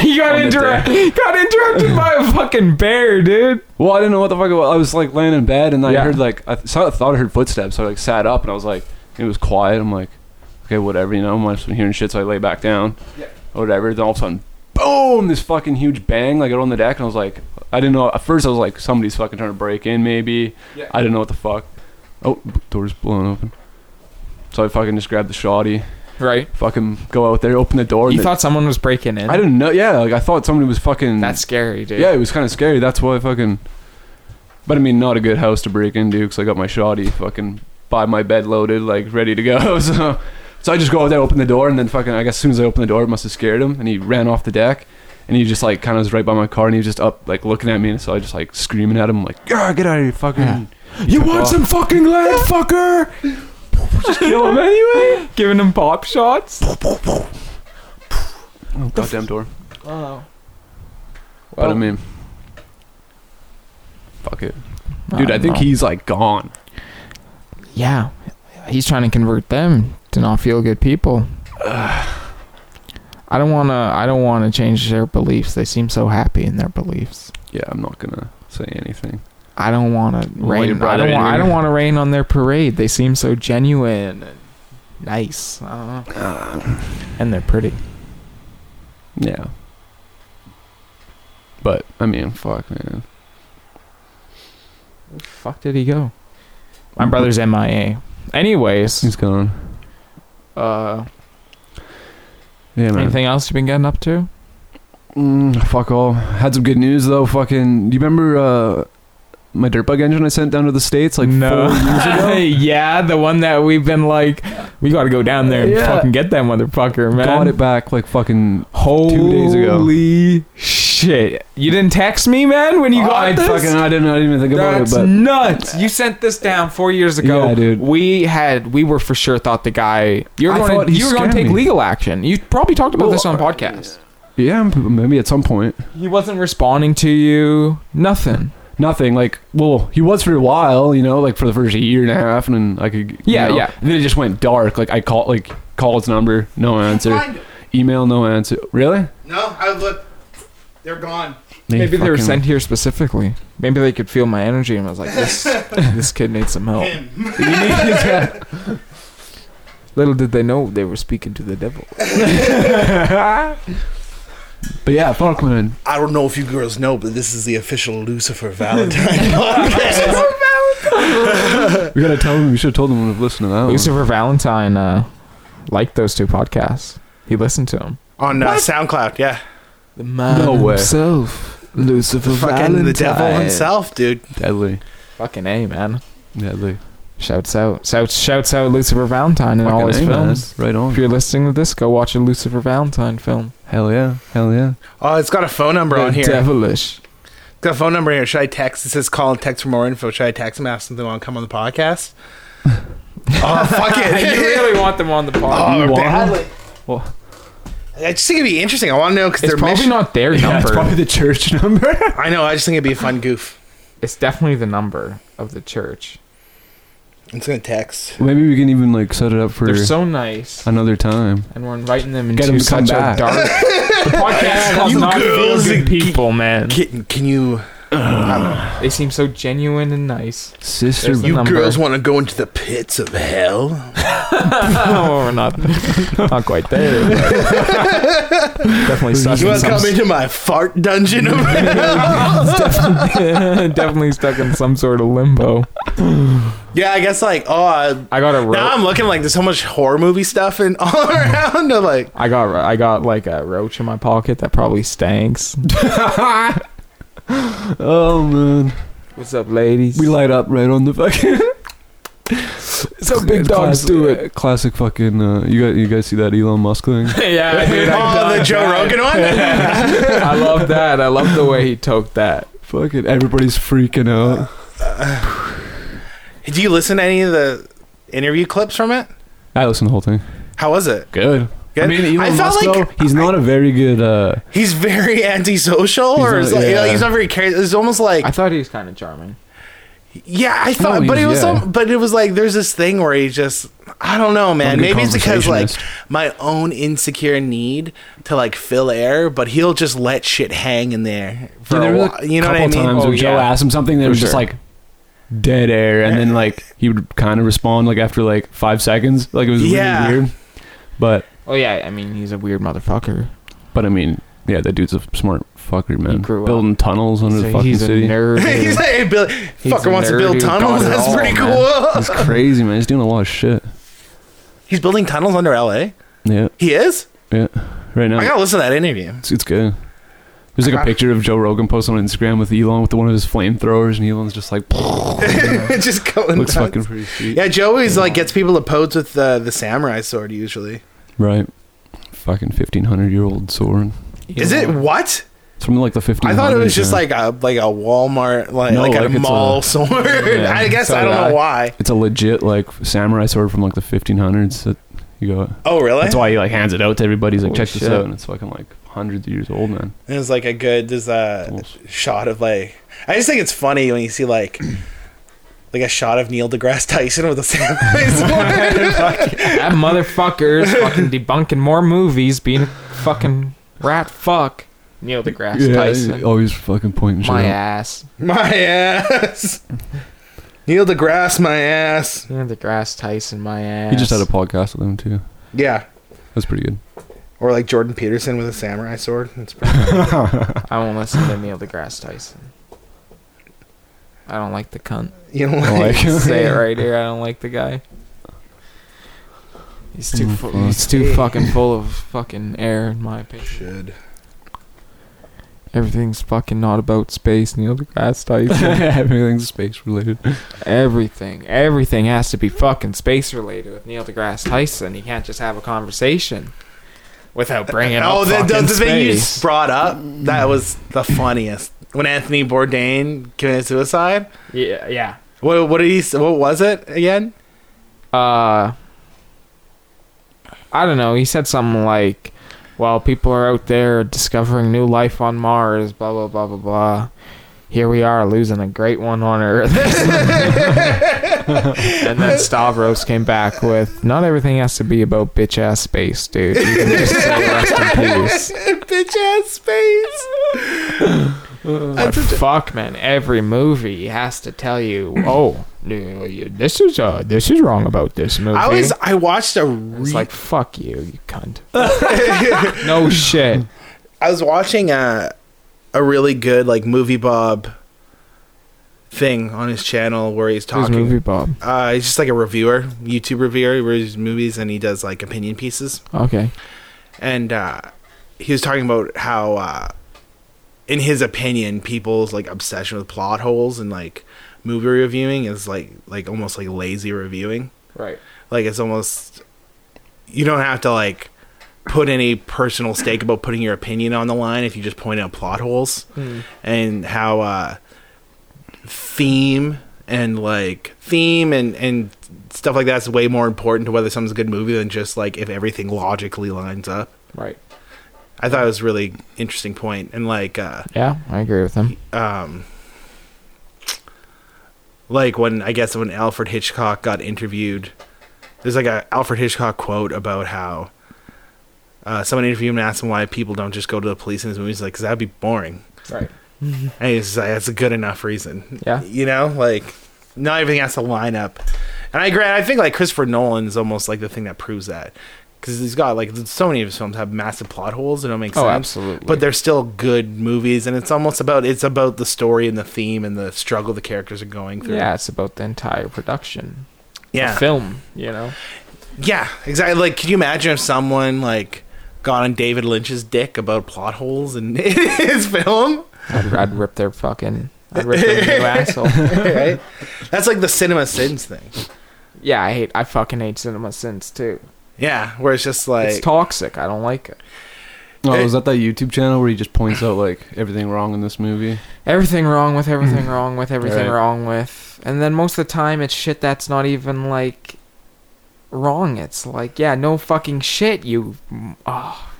S2: he got
S4: On the
S2: interrupted. Got interrupted by a fucking bear, dude.
S4: Well, I didn't know what the fuck it was. I was like laying in bed and I
S2: Yeah.
S4: heard like I th- saw, I thought I heard footsteps. So I like sat up and I was like, it was quiet. I'm like, okay, whatever, you know. I must have been hearing shit, so I lay back down.
S7: Yeah.
S4: Or whatever. Then all of a sudden, boom! This fucking huge bang like out on the deck, and I was like, I didn't know. At first, I was like, somebody's fucking trying to break in, maybe.
S7: Yeah.
S4: I didn't know what the fuck. Oh, b- door's blown open. So I fucking just grabbed the shoddy,
S2: Right.
S4: fucking go out there, open the door.
S2: You
S4: and the-
S2: thought someone was breaking in.
S4: I didn't know. Yeah, like I thought somebody was fucking.
S2: That's scary, dude.
S4: yeah, it was kind of scary. That's why I fucking. But I mean, not a good house to break into because I got my shoddy fucking by my bed loaded, like ready to go. So, so I just go out there, open the door, and then fucking. I guess as soon as I opened the door, it must have scared him, and he ran off the deck. And he just like kind of was right by my car, and he was just up like looking at me, and so I just like screaming at him like, "Yeah, get out of here, fucking! You want some fucking land, fucker? just kill him anyway."
S2: Giving him pop shots.
S4: Oh, Goddamn door.
S2: Wow.
S4: But I mean, fuck it, dude. I think he's like gone.
S2: Yeah, he's trying to convert them to not feel good people. I don't wanna. I don't wanna change their beliefs. They seem so happy in their beliefs.
S4: Yeah, I'm not gonna say anything.
S2: I don't wanna
S4: Well, your
S2: rain. I
S4: brother
S2: don't. Want, I
S4: anyway.
S2: don't wanna rain on their parade. They seem so genuine, and nice. I don't know. And they're pretty.
S4: Yeah. But I mean, fuck, man.
S2: Where the fuck did he go? My brother's MIA. Anyways,
S4: He's gone.
S2: uh,
S4: Yeah, man.
S2: anything else you've been getting up to?
S4: Mm, fuck all. Had some good news though. Fucking. Do you remember uh, my dirt bug engine I sent down to the states like
S2: no.
S4: four years ago?
S2: yeah, the one that we've been like, we got to go down there and
S4: Yeah.
S2: fucking get that motherfucker, man.
S4: Got it back like fucking
S2: Holy
S4: days ago.
S2: shit! You didn't text me, man, when you got
S4: I
S2: this.
S4: fucking I didn't, I didn't even think about
S2: That's
S4: it, but
S2: nuts! You sent this down four years ago.
S4: Yeah, dude.
S2: We had we were for sure thought the guy you were
S4: I
S2: going
S4: thought
S2: to,
S4: he
S2: you were going to
S4: scammed
S2: take
S4: me.
S2: legal action. You probably talked about
S4: Well,
S2: this on podcast.
S4: yeah, m- maybe at some point.
S2: He wasn't responding to you. Nothing.
S4: nothing. Like, well, he was for a while, you know, like for the first year and a half, and then I could, you
S2: Yeah,
S4: know.
S2: yeah.
S4: And then it just went dark. Like I called, like call his number, no answer.
S7: Find 'em.
S4: Email, no answer. Really?
S7: No, I look. They're gone.
S4: They
S2: Maybe they were
S4: fucking-
S2: sent here specifically. Maybe they could feel my energy and I was like, this this kid needs some help.
S7: Him.
S2: You need to- Little did they know they were speaking to the devil.
S4: But yeah, fuck man.
S3: I don't know if you girls know, but this is the official Lucifer Valentine podcast.
S4: We gotta tell him. We should have told him we would have listened to
S2: Oh.
S4: that. one.
S2: Lucifer Valentine uh, liked those two podcasts. He listened to them.
S3: on uh, SoundCloud. Yeah,
S2: The man
S4: No way.
S2: himself, Lucifer
S3: fucking the devil himself, dude.
S4: Deadly,
S2: Fucking A, man.
S4: deadly.
S2: Shouts out. Shouts, shouts out Lucifer Valentine in all
S4: Fucking
S2: his
S4: A, man.
S2: films.
S4: Right
S2: If
S4: on.
S2: you're listening to this, go watch a Lucifer Valentine film.
S4: Hell yeah. Hell yeah.
S3: Oh, it's got a phone number
S2: They're
S3: on here.
S2: Devilish.
S3: It's got a phone number here. Should I text? It says call and text for more info. Should I text him? Ask something want to come on the podcast? oh fuck it!
S2: want them on the podcast.
S3: oh,
S4: You want him?
S3: badly.
S4: Well-
S3: I just think it'd be interesting. I want to know because
S2: It's
S3: they're
S2: probably
S3: mission-
S2: not their number.
S4: That's probably the church number.
S3: I know. I just think it'd be a fun goof.
S2: It's definitely the number of the church.
S3: I'm just gonna text.
S4: maybe we can even like set it up for
S2: They're so nice,
S4: another time.
S2: and we're inviting them
S4: Get
S2: into
S4: 'em to come
S2: such a
S4: back.
S2: dark. the podcast calls
S3: You
S2: not
S3: girls
S2: feel good
S3: and
S2: people, man.
S3: Can, can you?
S2: They seem so genuine and nice.
S4: Sister,
S2: There's the
S3: You
S2: number.
S3: girls want to go into the pits of hell?
S2: no, Oh, we're not, not quite there. but definitely stuck
S3: You
S2: in
S3: want to
S2: some.
S3: come into my fart dungeon? of hell?
S2: definitely stuck in some sort of limbo.
S3: yeah, I guess like oh. I,
S2: I got a rope.
S3: Now I'm looking like there's so much horror movie stuff and all around. I'm like,
S2: I got I got like a roach in my pocket that probably stinks.
S4: oh man,
S2: What's up, ladies?
S4: we light up right on the fucking.
S2: so big dogs
S4: Classic-
S2: do it.
S4: Classic fucking. Uh, you guys, you guys see that Elon Musk thing?
S2: yeah, dude,
S3: oh, the Joe Rogan one.
S2: I love that. I love the way he took that.
S4: fucking everybody's freaking out.
S3: Do you listen to any of the interview clips from it?
S4: I listened to the whole thing.
S3: How was it?
S4: Good.
S3: Good?
S4: I mean, Elon
S3: I felt
S4: Musk
S3: like-
S4: though, he's not a very good. Uh,
S3: He's very antisocial,
S4: He's
S3: or
S4: not-
S3: is like,
S4: yeah.
S3: he's not very care. It's almost like
S2: I thought he was kind of charming.
S3: yeah, I thought,
S4: No,
S3: but
S4: he's-
S3: it was,
S4: yeah.
S3: some, but it was like there's this thing where he just, I don't know, man.
S4: good
S3: Maybe it's because like
S4: conversationalist.
S3: my own insecure need to like fill air, but he'll just let shit hang in there for
S4: there
S3: a
S4: were,
S3: while.
S4: like,
S3: you know what I
S4: couple
S3: mean?
S4: Times
S2: Oh,
S4: when Joe
S2: yeah.
S4: asked him something, there
S2: For
S4: was just
S2: sure.
S4: like dead air, and then like he would kind of respond like after like five seconds. Like it was
S3: Yeah.
S4: really weird. But
S2: Oh yeah, I mean he's a weird motherfucker.
S4: but I mean, yeah, that dude's a smart fucker, man.
S2: grew up.
S4: Building tunnels under the
S2: So
S4: fucking
S2: he's a
S4: city.
S2: nerd.
S3: he's like, hey, Bill,
S2: He's a
S3: fucker wants to
S2: nerd
S3: build
S2: who got
S3: tunnels.
S2: it
S3: That's
S2: all,
S3: pretty
S2: man.
S3: cool.
S4: It's crazy, man. He's doing a lot of shit.
S3: He's building tunnels under LA.
S4: Yeah,
S3: He is.
S4: yeah. Right now,
S3: I gotta listen to that interview.
S4: It's, it's good. There's like
S3: I
S4: a
S3: got-
S4: picture of Joe Rogan posted on Instagram with Elon with one of his flamethrowers, and Elon's just like,
S3: It's just going.
S4: looks
S3: nuts.
S4: fucking pretty sweet.
S3: Yeah, Joe always like gets people to pose with the the samurai sword. Usually,
S4: Right. Fucking 1500 year old sword.
S3: is it what?
S4: It's from like the 1500s.
S3: I thought it was just
S4: yeah.
S3: like a like a Walmart like
S4: No,
S3: like,
S4: like,
S3: a
S4: it's
S3: mall
S4: a-
S3: sword.
S4: Yeah,
S3: I guess
S4: so
S3: I don't
S4: did
S3: know
S4: I.
S3: why.
S4: It's a legit like samurai sword from like the 1500s that you go.
S3: Oh really?
S4: That's why he like hands it out to everybody. He's like,
S2: Holy
S4: check this
S2: shit.
S4: out. And it's fucking like hundreds of years old, man.
S3: And it's like a good there's a
S4: Tools.
S3: shot of like I just think it's funny when you see like like a shot of Neil deGrasse Tyson with a samurai sword.
S2: That motherfucker is fucking debunking more movies, being a fucking rat fuck. Neil deGrasse Tyson.
S4: Always fucking pointing shit
S2: My
S4: out.
S2: ass.
S3: my ass. Neil deGrasse, my ass.
S2: Neil deGrasse Tyson, my ass.
S4: He just had a podcast with him too.
S3: Yeah.
S4: That's pretty good.
S3: Or like Jordan Peterson with a samurai sword. It's pretty-
S2: I won't listen to Neil deGrasse Tyson. I don't like the cunt.
S3: you know
S4: I
S3: like,
S4: like him.
S2: Say it right here. I don't like the guy. He's too. Fu-
S4: fuck.
S2: he's too fucking full of fucking air, in my opinion.
S3: should.
S2: Everything's fucking not about space, Neil deGrasse Tyson.
S4: Everything's space related.
S2: everything, everything has to be fucking space related with Neil deGrasse Tyson. You can't just have a conversation without bringing
S3: Oh,
S2: up
S3: the, the,
S2: fucking
S3: the thing you
S2: space.
S3: brought up, that was the funniest. When Anthony Bourdain committed suicide,
S2: yeah, yeah.
S3: what, what did he? s- What was it again?
S2: uh I don't know, he said something like, Well, people are out there discovering new life on Mars, blah blah blah blah blah. Here we are losing a great one on Earth. and then Stavros came back with, "Not everything has to be about bitch ass space, dude. You can just say rest in peace."
S3: Bitch ass space.
S2: But fuck, man, every movie has to tell you, "Oh, no, you- this is uh, this is wrong about this movie."
S3: I always I watched a re-
S2: It's like fuck you, you cunt. no shit.
S3: I was watching a a really good like movie Bob thing on his channel where he's
S2: Who's
S3: talking.
S2: movie Bob?
S3: Uh, he's just like a reviewer, YouTube reviewer, where he's movies and he does like opinion pieces.
S2: Okay.
S3: And uh, he was talking about how, uh, in his opinion, people's like obsession with plot holes and like movie reviewing is like like almost like lazy reviewing.
S2: Right.
S3: like it's almost you don't have to like put any personal stake about putting your opinion on the line if you just point out plot holes and how uh theme and like theme and and stuff like that's way more important to whether something's a good movie than just like if everything logically lines up
S2: Right.
S3: i thought it was a really interesting point and like uh
S2: Yeah, I agree with him.
S3: um like when I guess when Alfred Hitchcock got interviewed, there's like a Alfred Hitchcock quote about how uh, someone interviewed him and asked him why people don't just go to the police in his movies, like because that'd be boring.
S2: Right.
S3: And he's like, that's a good enough reason.
S2: Yeah.
S3: you know, like not everything has to line up. And I agree. I think like Christopher Nolan is almost like the thing that proves that because he's got like so many of his films have massive plot holes that don't make
S2: Oh,
S3: sense
S2: absolutely.
S3: but they're still good movies and it's almost about it's about the story and the theme and the struggle the characters are going through
S2: yeah, it's about the entire production.
S3: yeah
S2: Film, you know.
S3: yeah exactly like can you imagine if someone like got on david lynch's dick about plot holes in his film
S2: I'd, I'd rip their fucking I'd rip their new asshole.
S3: right that's like the cinema sins thing
S2: Yeah, I hate I fucking hate cinema since too.
S3: yeah where it's just like
S2: It's toxic. I don't like it.
S4: Oh,
S3: Hey.
S4: is that that YouTube channel where he just points out like everything wrong in this movie?
S2: Everything wrong with everything wrong with everything
S4: Hmm. Right.
S2: wrong with. And then most of the time it's shit that's not even like wrong. It's like, yeah, no fucking shit, you oh,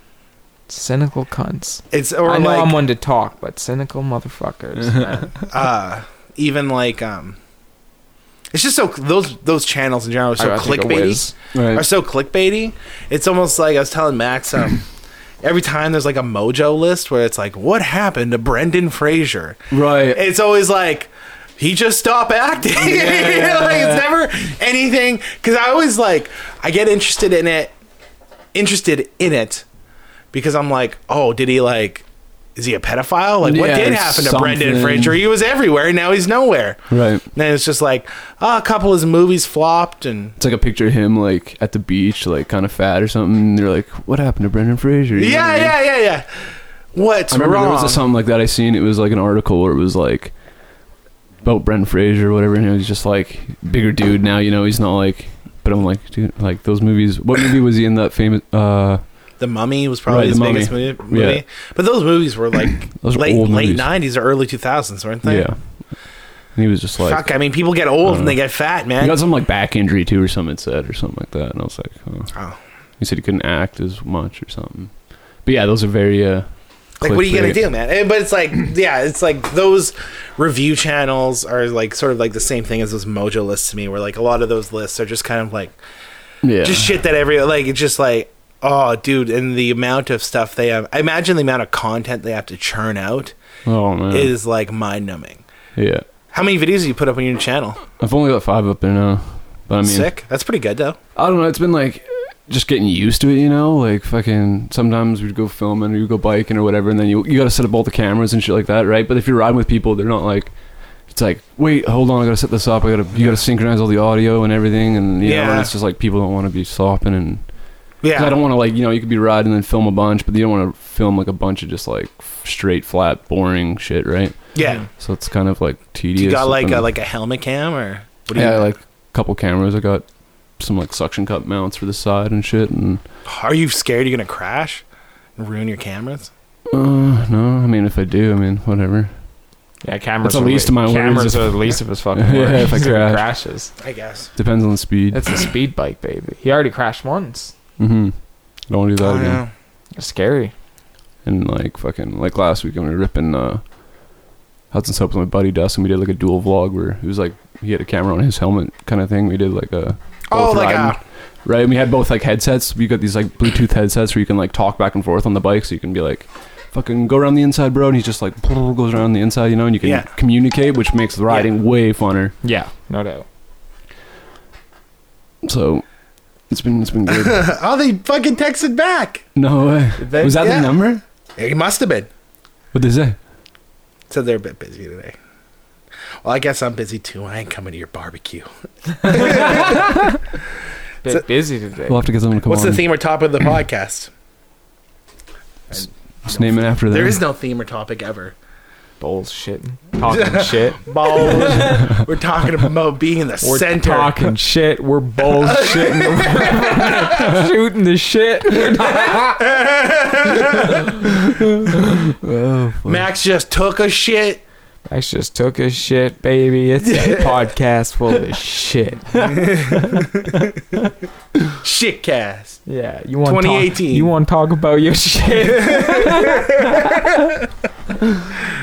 S2: cynical cunts.
S3: it's or
S2: I know
S3: like
S2: I'm one to talk, but cynical motherfuckers. man.
S3: uh even like um it's just so those those channels in general are so
S2: I gotta take a
S3: clickbaity
S2: whiz.
S4: Right.
S3: are so clickbaity. It's almost like I was telling Max um, every time there's like a mojo list where it's like, what happened to Brendan Fraser?
S4: right.
S3: It's always like, he just stopped acting. like, it's never anything. Because I always like, I get interested in it, interested in it, because I'm like, oh, did he like is he a pedophile? Like, what
S4: Yeah,
S3: did
S4: it's
S3: happen to
S4: something.
S3: Brendan Fraser? He was everywhere, and now he's nowhere.
S4: Right.
S3: And then it's just like, oh, a couple of his movies flopped, and
S4: It's like a picture of him like at the beach, like kind of fat or something. And they're like, "What happened to Brendan Fraser?" You know what
S3: yeah,
S4: I mean?
S3: yeah, yeah, yeah. What's
S4: I remember
S3: wrong?
S4: there was a, something like that I seen. It was like an article where it was like about Brent Fraser or whatever, and it was just like bigger dude now. You know, he's not like. But I'm like, dude, like those movies. What movie was he in that famous? Uh,
S3: the Mummy was probably
S4: Right, The
S3: his
S4: Mummy.
S3: biggest movie, movie.
S4: Yeah.
S3: but those movies were like
S4: Those are
S3: late
S4: old
S3: late
S4: movies.
S3: '90s or early 2000s, weren't they?
S4: yeah. And he was just like,
S3: Fuck, I mean, people get old
S4: I
S3: and they get fat,
S4: he
S3: man.
S4: got some like back injury too, or something it said, or something like that. And I was like, oh.
S3: Oh.
S4: He said he couldn't act as much or something. But yeah, those are very. uh
S3: Like, what are you gonna
S4: clickbait.
S3: do, man? Eh, But it's like, yeah, it's like those review channels are like sort of like the same thing as those Mojo lists to me, where like a lot of those lists are just kind of like
S4: Yeah.
S3: just shit that every like it's just like oh, dude, and the amount of stuff they have. I imagine the amount of content they have to churn out
S4: oh man.
S3: is like mind numbing.
S4: yeah.
S3: How many videos do you put up on your channel?
S4: I've only got five up there now. But I mean,
S3: Sick. That's pretty good though.
S4: I don't know. It's been like just getting used to it, you know. Like fucking sometimes we'd go filming or you go biking or whatever, and then you you got to set up all the cameras and shit like that, right? But if you're riding with people, they're not like. It's like, wait, hold on, I gotta set this up. I gotta, you gotta synchronize all the audio and everything, and you know,
S3: Yeah.
S4: and it's just like people don't want to be slopping, and 'cause
S3: Yeah.
S4: I don't want to like, you know, you could be riding and film a bunch, but you don't want to film like a bunch of just like straight, flat, boring shit, right?
S3: yeah.
S4: So it's kind of like tedious.
S3: Do you got like
S4: and-
S3: a, like a helmet cam or what do you?
S4: yeah, like a couple cameras. I got some like suction cup mounts for the side and shit, and
S3: Are you scared you're gonna crash and ruin your cameras?
S4: Uh, no, I mean if I do, I mean whatever.
S2: Yeah, cameras.
S4: That's the
S2: are wa-
S4: least of my worries
S2: Cameras
S4: if-
S2: are the least of his fucking
S4: Yeah,
S2: worries.
S4: if I
S2: If it
S4: crash.
S2: crashes,
S3: I guess.
S4: Depends on the speed.
S2: it's a speed bike, baby. He already crashed once.
S4: mm-hmm. Don't wanna do that
S3: Oh,
S4: again.
S3: yeah.
S2: It's scary.
S4: And like fucking like last week, I was ripping uh, Hudson Soap with my buddy Dustin. We did like a dual vlog where it was like he had a camera on his helmet kind of thing. We did like a
S3: Oh,
S4: both
S3: like
S4: riding, right. And we had both like headsets. We got these like Bluetooth headsets where you can like talk back and forth on the bike, so you can be like. Fucking go around the inside, bro, and he's just like goes around the inside, you know, and you can
S3: Yeah.
S4: communicate, which makes the riding way funner.
S2: Yeah, no doubt.
S4: So it's been it's been good.
S3: a. Oh, they fucking texted back.
S4: no way.
S3: They-
S4: was that
S3: yeah.
S4: the number?
S3: It must have been.
S4: What they say?
S3: So they're a bit busy today. Well, I guess I'm busy too. I ain't coming to your barbecue.
S2: Bit
S3: So-
S2: busy today.
S4: We'll have to get someone to come
S3: What's
S4: on.
S3: the theme or topic of the podcast?
S4: Just name it after them.
S3: There is no theme or topic ever.
S2: Bullshit. Talking shit.
S3: Balls. We're talking about being in the
S2: We're
S3: center.
S2: talking shit. We're bullshitting. We're shooting the shit. We're not-
S3: Max just took a shit.
S2: I just took a shit, baby. It's a podcast full of shit.
S3: Shit cast.
S2: Yeah, you want
S3: 2018.
S2: Talk, you want to talk about your shit?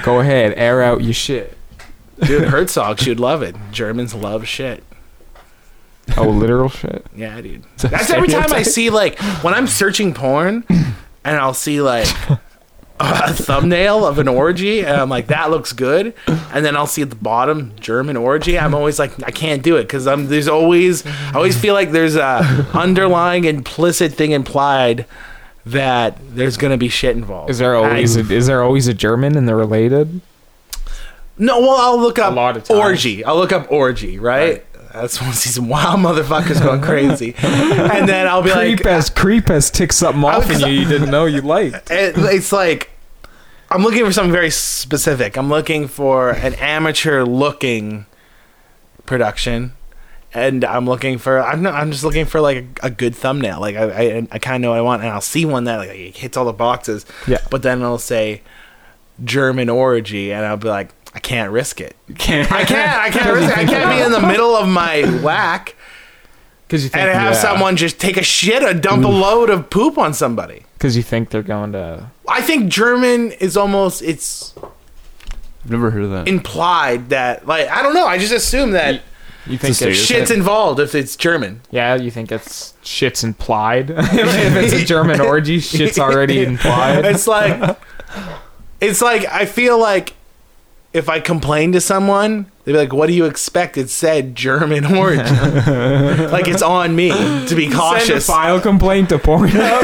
S2: Go ahead, air out your shit.
S3: Dude, Herzog, she'd love it. Germans love shit.
S2: Oh, literal shit.
S3: Yeah, dude. That's every time I see like when I'm searching porn and I'll see like a thumbnail of an orgy and I'm like that looks good and then I'll see at the bottom German orgy I'm always like I can't do it cuz I'm there's always I always feel like there's a underlying implicit thing implied that there's going to be shit involved.
S2: Is there always
S3: I-
S2: a, is there always a German and they're related?
S3: No, well I'll look up
S2: lot of times.
S3: orgy. I'll look up orgy, right? That's when I see some wild motherfuckers going crazy. and then I'll be like
S2: creep as creep as ticks something off in you you didn't know you liked.
S3: it, it's like I'm looking for something very specific. I'm looking for an amateur looking production, and I'm looking for I'm not, I'm just looking for like a, a good thumbnail. Like I I, I kind of know what I want, and I'll see one that like hits all the boxes.
S2: Yeah.
S3: But then it'll say German orgy, and I'll be like, I can't risk it.
S2: Can't
S3: I can't. I can't risk it. I can't be in the middle of my whack
S2: because you think
S3: and have
S2: yeah. Mm.
S3: someone just take a shit or dump a load of poop on somebody.
S2: 'Cause you think they're going to.
S3: I think German is almost it's
S4: I've never heard of that.
S3: implied that like I don't know. I just assume that
S2: You think it's,
S3: shit's involved if it's German.
S2: yeah, you think it's shit's implied. if it's a German orgy, shit's already implied.
S3: It's like it's like I feel like if I complain to someone, they'd be like, "What do you expect?" It said German origin. like it's on me to be
S2: Send a
S3: cautious.
S2: file complaint to Pornhub.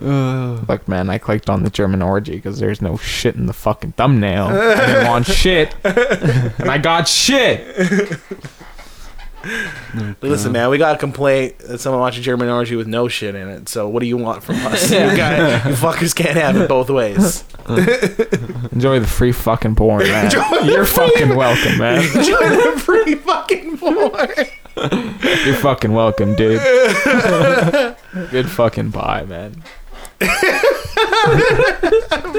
S4: Ugh.
S2: Look, man, I clicked on the German orgy because there's no shit in the fucking thumbnail. I want shit, and I got shit.
S3: Listen, man, we got a complaint that someone watched a German orgy with no shit in it. So what do you want from us? you, guys, you fuckers can't have it both ways.
S2: Enjoy the free fucking porn, man. You're fucking welcome, man.
S3: You're pretty fucking boy.
S2: You're fucking welcome, dude. Good fucking bye, man.
S3: Be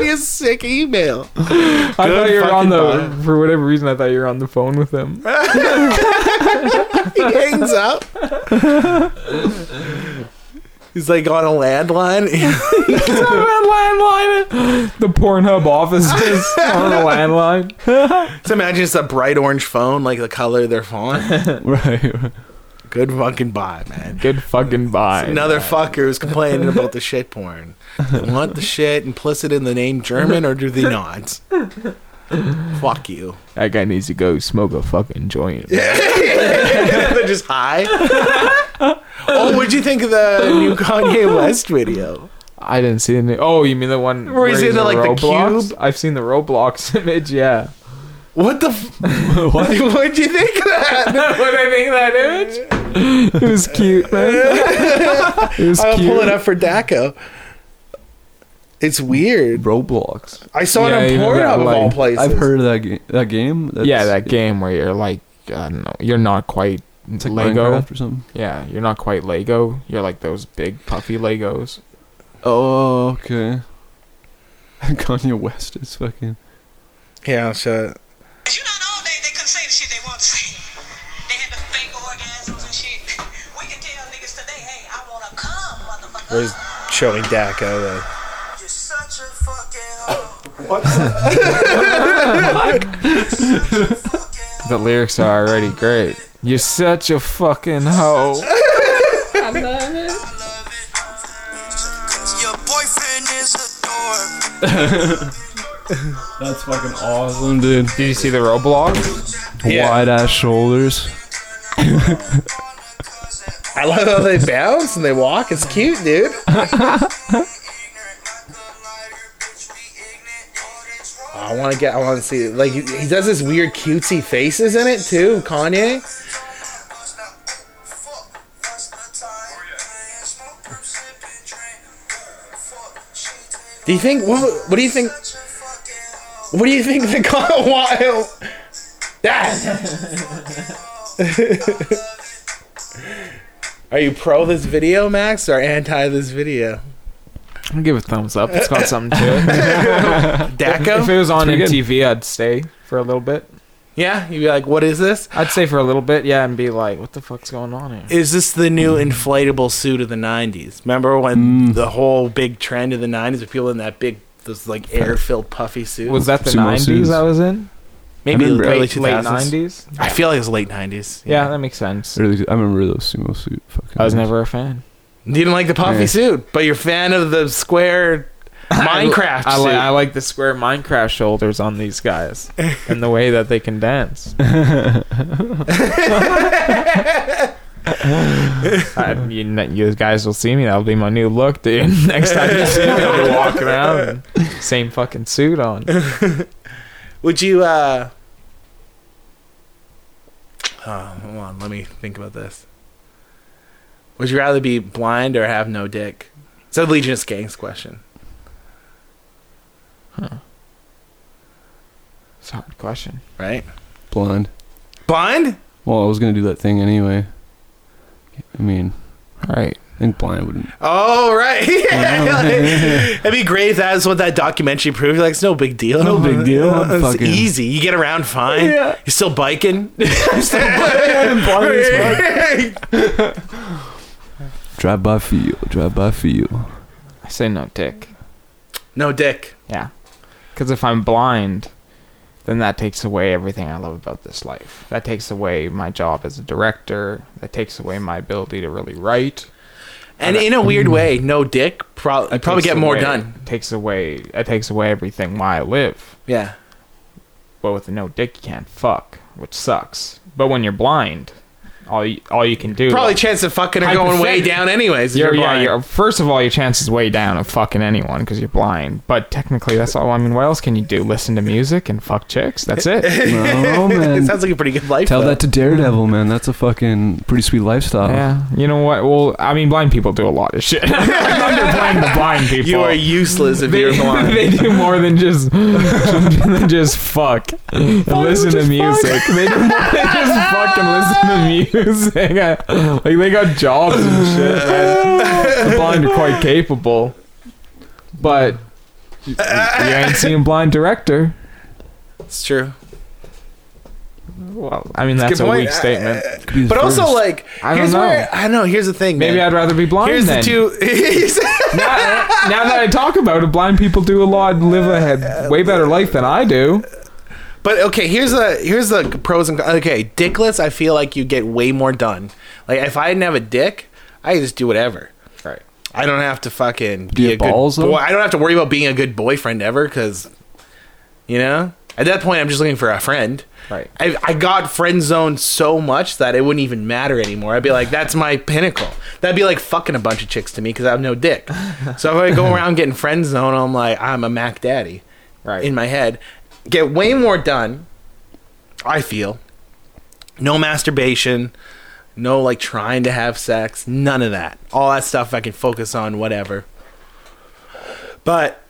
S3: a sick email.
S2: I thought you were
S3: fucking
S2: on the
S3: bye.
S2: for whatever reason. I thought you were on the phone with him.
S3: He hangs up. He's like on a landline.
S2: landline. The Pornhub offices on a landline.
S3: Just imagine it's a bright orange phone, like the color of their font.
S4: Right.
S3: Good fucking bye, man.
S2: Good fucking bye.
S3: Another fucker who's complaining about the shit porn. They want the shit implicit in the name German, or do they not? Fuck you.
S2: That guy needs to go smoke a fucking joint. Yeah.
S3: They're just high. oh, what'd you think of the new Kanye West video?
S2: I didn't see any. Oh, you mean the one where,
S3: he's in the, like, the
S2: Roblox?
S3: cube?
S2: I've seen the Roblox image. Yeah.
S3: What the? F- what? What'd you think of that?
S2: what I think that image? It was cute, man. It was
S3: I'll
S2: cute.
S3: pull it up for Daco. It's weird.
S4: Roblox.
S3: I saw
S2: Yeah,
S3: it
S2: you
S3: on
S2: remember
S3: Pornhub
S2: that,
S3: of all
S2: like,
S3: places.
S4: I've heard of that ga- that game. That's,
S2: yeah, that game where you're like, I don't know, you're not quite
S4: it's like
S2: Lego.
S4: Minecraft or something.
S2: Yeah, you're not quite Lego. You're like those big puffy Legos.
S4: Oh, okay. Kanye West is fucking.
S3: Yeah, so
S8: You know, in the old days, they couldn't say the shit they wanted to say. They had the fake orgasms and shit. We can tell niggas today, hey, I wanna come, motherfucker.
S3: was showing Daco the.
S8: You're such a fucking hoe.
S2: The lyrics are already great. You're such a fucking hoe.
S6: I love it.
S8: I love it. Cause your boyfriend is a dork.
S4: That's fucking awesome, dude.
S2: Did you see the Roblox?
S4: Wide ass shoulders.
S3: I love how they bounce and they walk. It's cute, dude. I want to get. I want to see. Like he he does this weird cutesy faces in it too. Kanye.
S8: Oh,
S3: Do you think? What, what do you think? What do you think the Kanye? Ah. Are you pro this video, Max, or anti this video?
S2: I'm gonna give it a thumbs up. It's got something to it. If
S3: Daco?
S2: it was on
S4: pretty good.
S2: MTV, I'd stay for a little bit.
S3: Yeah, you'd be like, what is this?
S2: I'd stay for a little bit, yeah, and be like, what the fuck's going on here?
S3: Is this the new inflatable suit of the 90s? Remember when the whole big trend of the 90s of people in that big, those like air filled puffy suit?
S2: Was that the
S4: Sumo
S2: 90s
S4: suits.
S2: I was in?
S3: Maybe
S4: I remember
S3: early
S2: late,
S3: 2000s.
S2: late 90s?
S3: I feel like it was late 90s.
S2: Yeah, that makes sense.
S4: Really, I remember those sumo suit. Fucking
S2: I was never a fan.
S3: You didn't like the puffy
S4: Yeah.
S3: suit, but you're a fan of the square Minecraft
S2: I,
S3: suit.
S2: li- I like the square Minecraft shoulders on these guys and the way that they can dance. I, you, you guys will see me. That'll be my new look, dude. Next time you see me, I'll be walking around in same fucking suit on.
S3: Would you, uh. Oh, hold on. Let me think about this. Would you rather be blind or have no dick? It's a Legion of Skanks question.
S2: It's a hard question.
S3: right?
S4: blind.
S3: Blind?
S4: Well, I was gonna do that thing anyway. I mean,
S2: All right.
S4: I think blind wouldn't.
S3: Oh, right. It'd be great if that's what that documentary proved. You're Like, it's no big deal.
S4: No big deal. I'm
S3: It's
S4: fucking-
S3: easy. You get around fine.
S4: Yeah.
S3: You're still biking.
S4: Drive by feel. Drive by feel.
S2: I say no dick.
S3: no dick.
S2: Yeah. Because if I'm blind, then that takes away everything I love about this life. That takes away my job as a director. That takes away my ability to really write.
S3: And in a
S2: Hmm.
S3: weird way, no dick. Pro-
S2: It
S3: probably
S2: takes
S3: get more
S2: away-
S3: done.
S2: Takes away. It takes away everything why I live.
S3: Yeah.
S2: But with no dick, you can't fuck, which sucks. But when you're blind, all you, all you can do.
S3: Probably chance of fucking are going way
S2: Hypothet-
S3: down anyways. if
S2: You're,
S3: you're
S2: yeah,
S3: blind.
S2: you're, first of all, your chance is way down of fucking anyone because you're blind. But technically, that's all. I mean, what else can you do? Listen to music and fuck chicks. That's it.
S4: Oh
S3: it
S4: man.
S3: sounds like a pretty good life.
S4: Tell
S3: though.
S4: that to Daredevil, man. That's a fucking pretty sweet lifestyle.
S2: yeah. Oh. You know what? Well, I mean, blind people do a lot of shit. I'm underplaying the blind people.
S3: You are useless if
S2: they,
S3: you're blind.
S2: they do more than just than just fuck and listen to music. They, do more than just fucking listen to music. like they got jobs and shit. Man. The blind are quite capable, but you, you ain't seen blind director.
S3: It's true.
S2: Well, I mean that's
S3: good
S2: a
S3: point. Uh,
S2: weak statement.
S4: Could be the
S3: But also,
S4: first.
S3: like,
S2: I don't
S3: here's
S2: know.
S3: where I know. Here's the thing.
S2: Maybe
S3: man.
S2: I'd rather be blind.
S3: uh, Here's
S2: then.
S3: the two.
S2: now, now that I talk about it, blind people do a lot and live a he- way better life than I do.
S3: But okay, here's the here's the pros and cons. Okay, dickless. I feel like you get way more done. Like if I didn't have a dick, I could just do whatever.
S2: Right.
S3: I don't have to fucking be
S4: you
S3: a good
S4: balls, though?
S3: boy. I don't have to worry about being a good boyfriend ever because, you know, at that point I'm just looking for a friend.
S2: Right.
S3: I, I got friend zoned so much that it wouldn't even matter anymore. I'd be like, that's my pinnacle. That'd be like fucking a bunch of chicks to me because I have no dick. So if I go around getting friend zoned, I'm like, I'm a Mac Daddy
S2: Right.
S3: in my head. Get way more done, I feel. No masturbation, no like trying to have sex, none of that. All that stuff I can focus on, whatever. But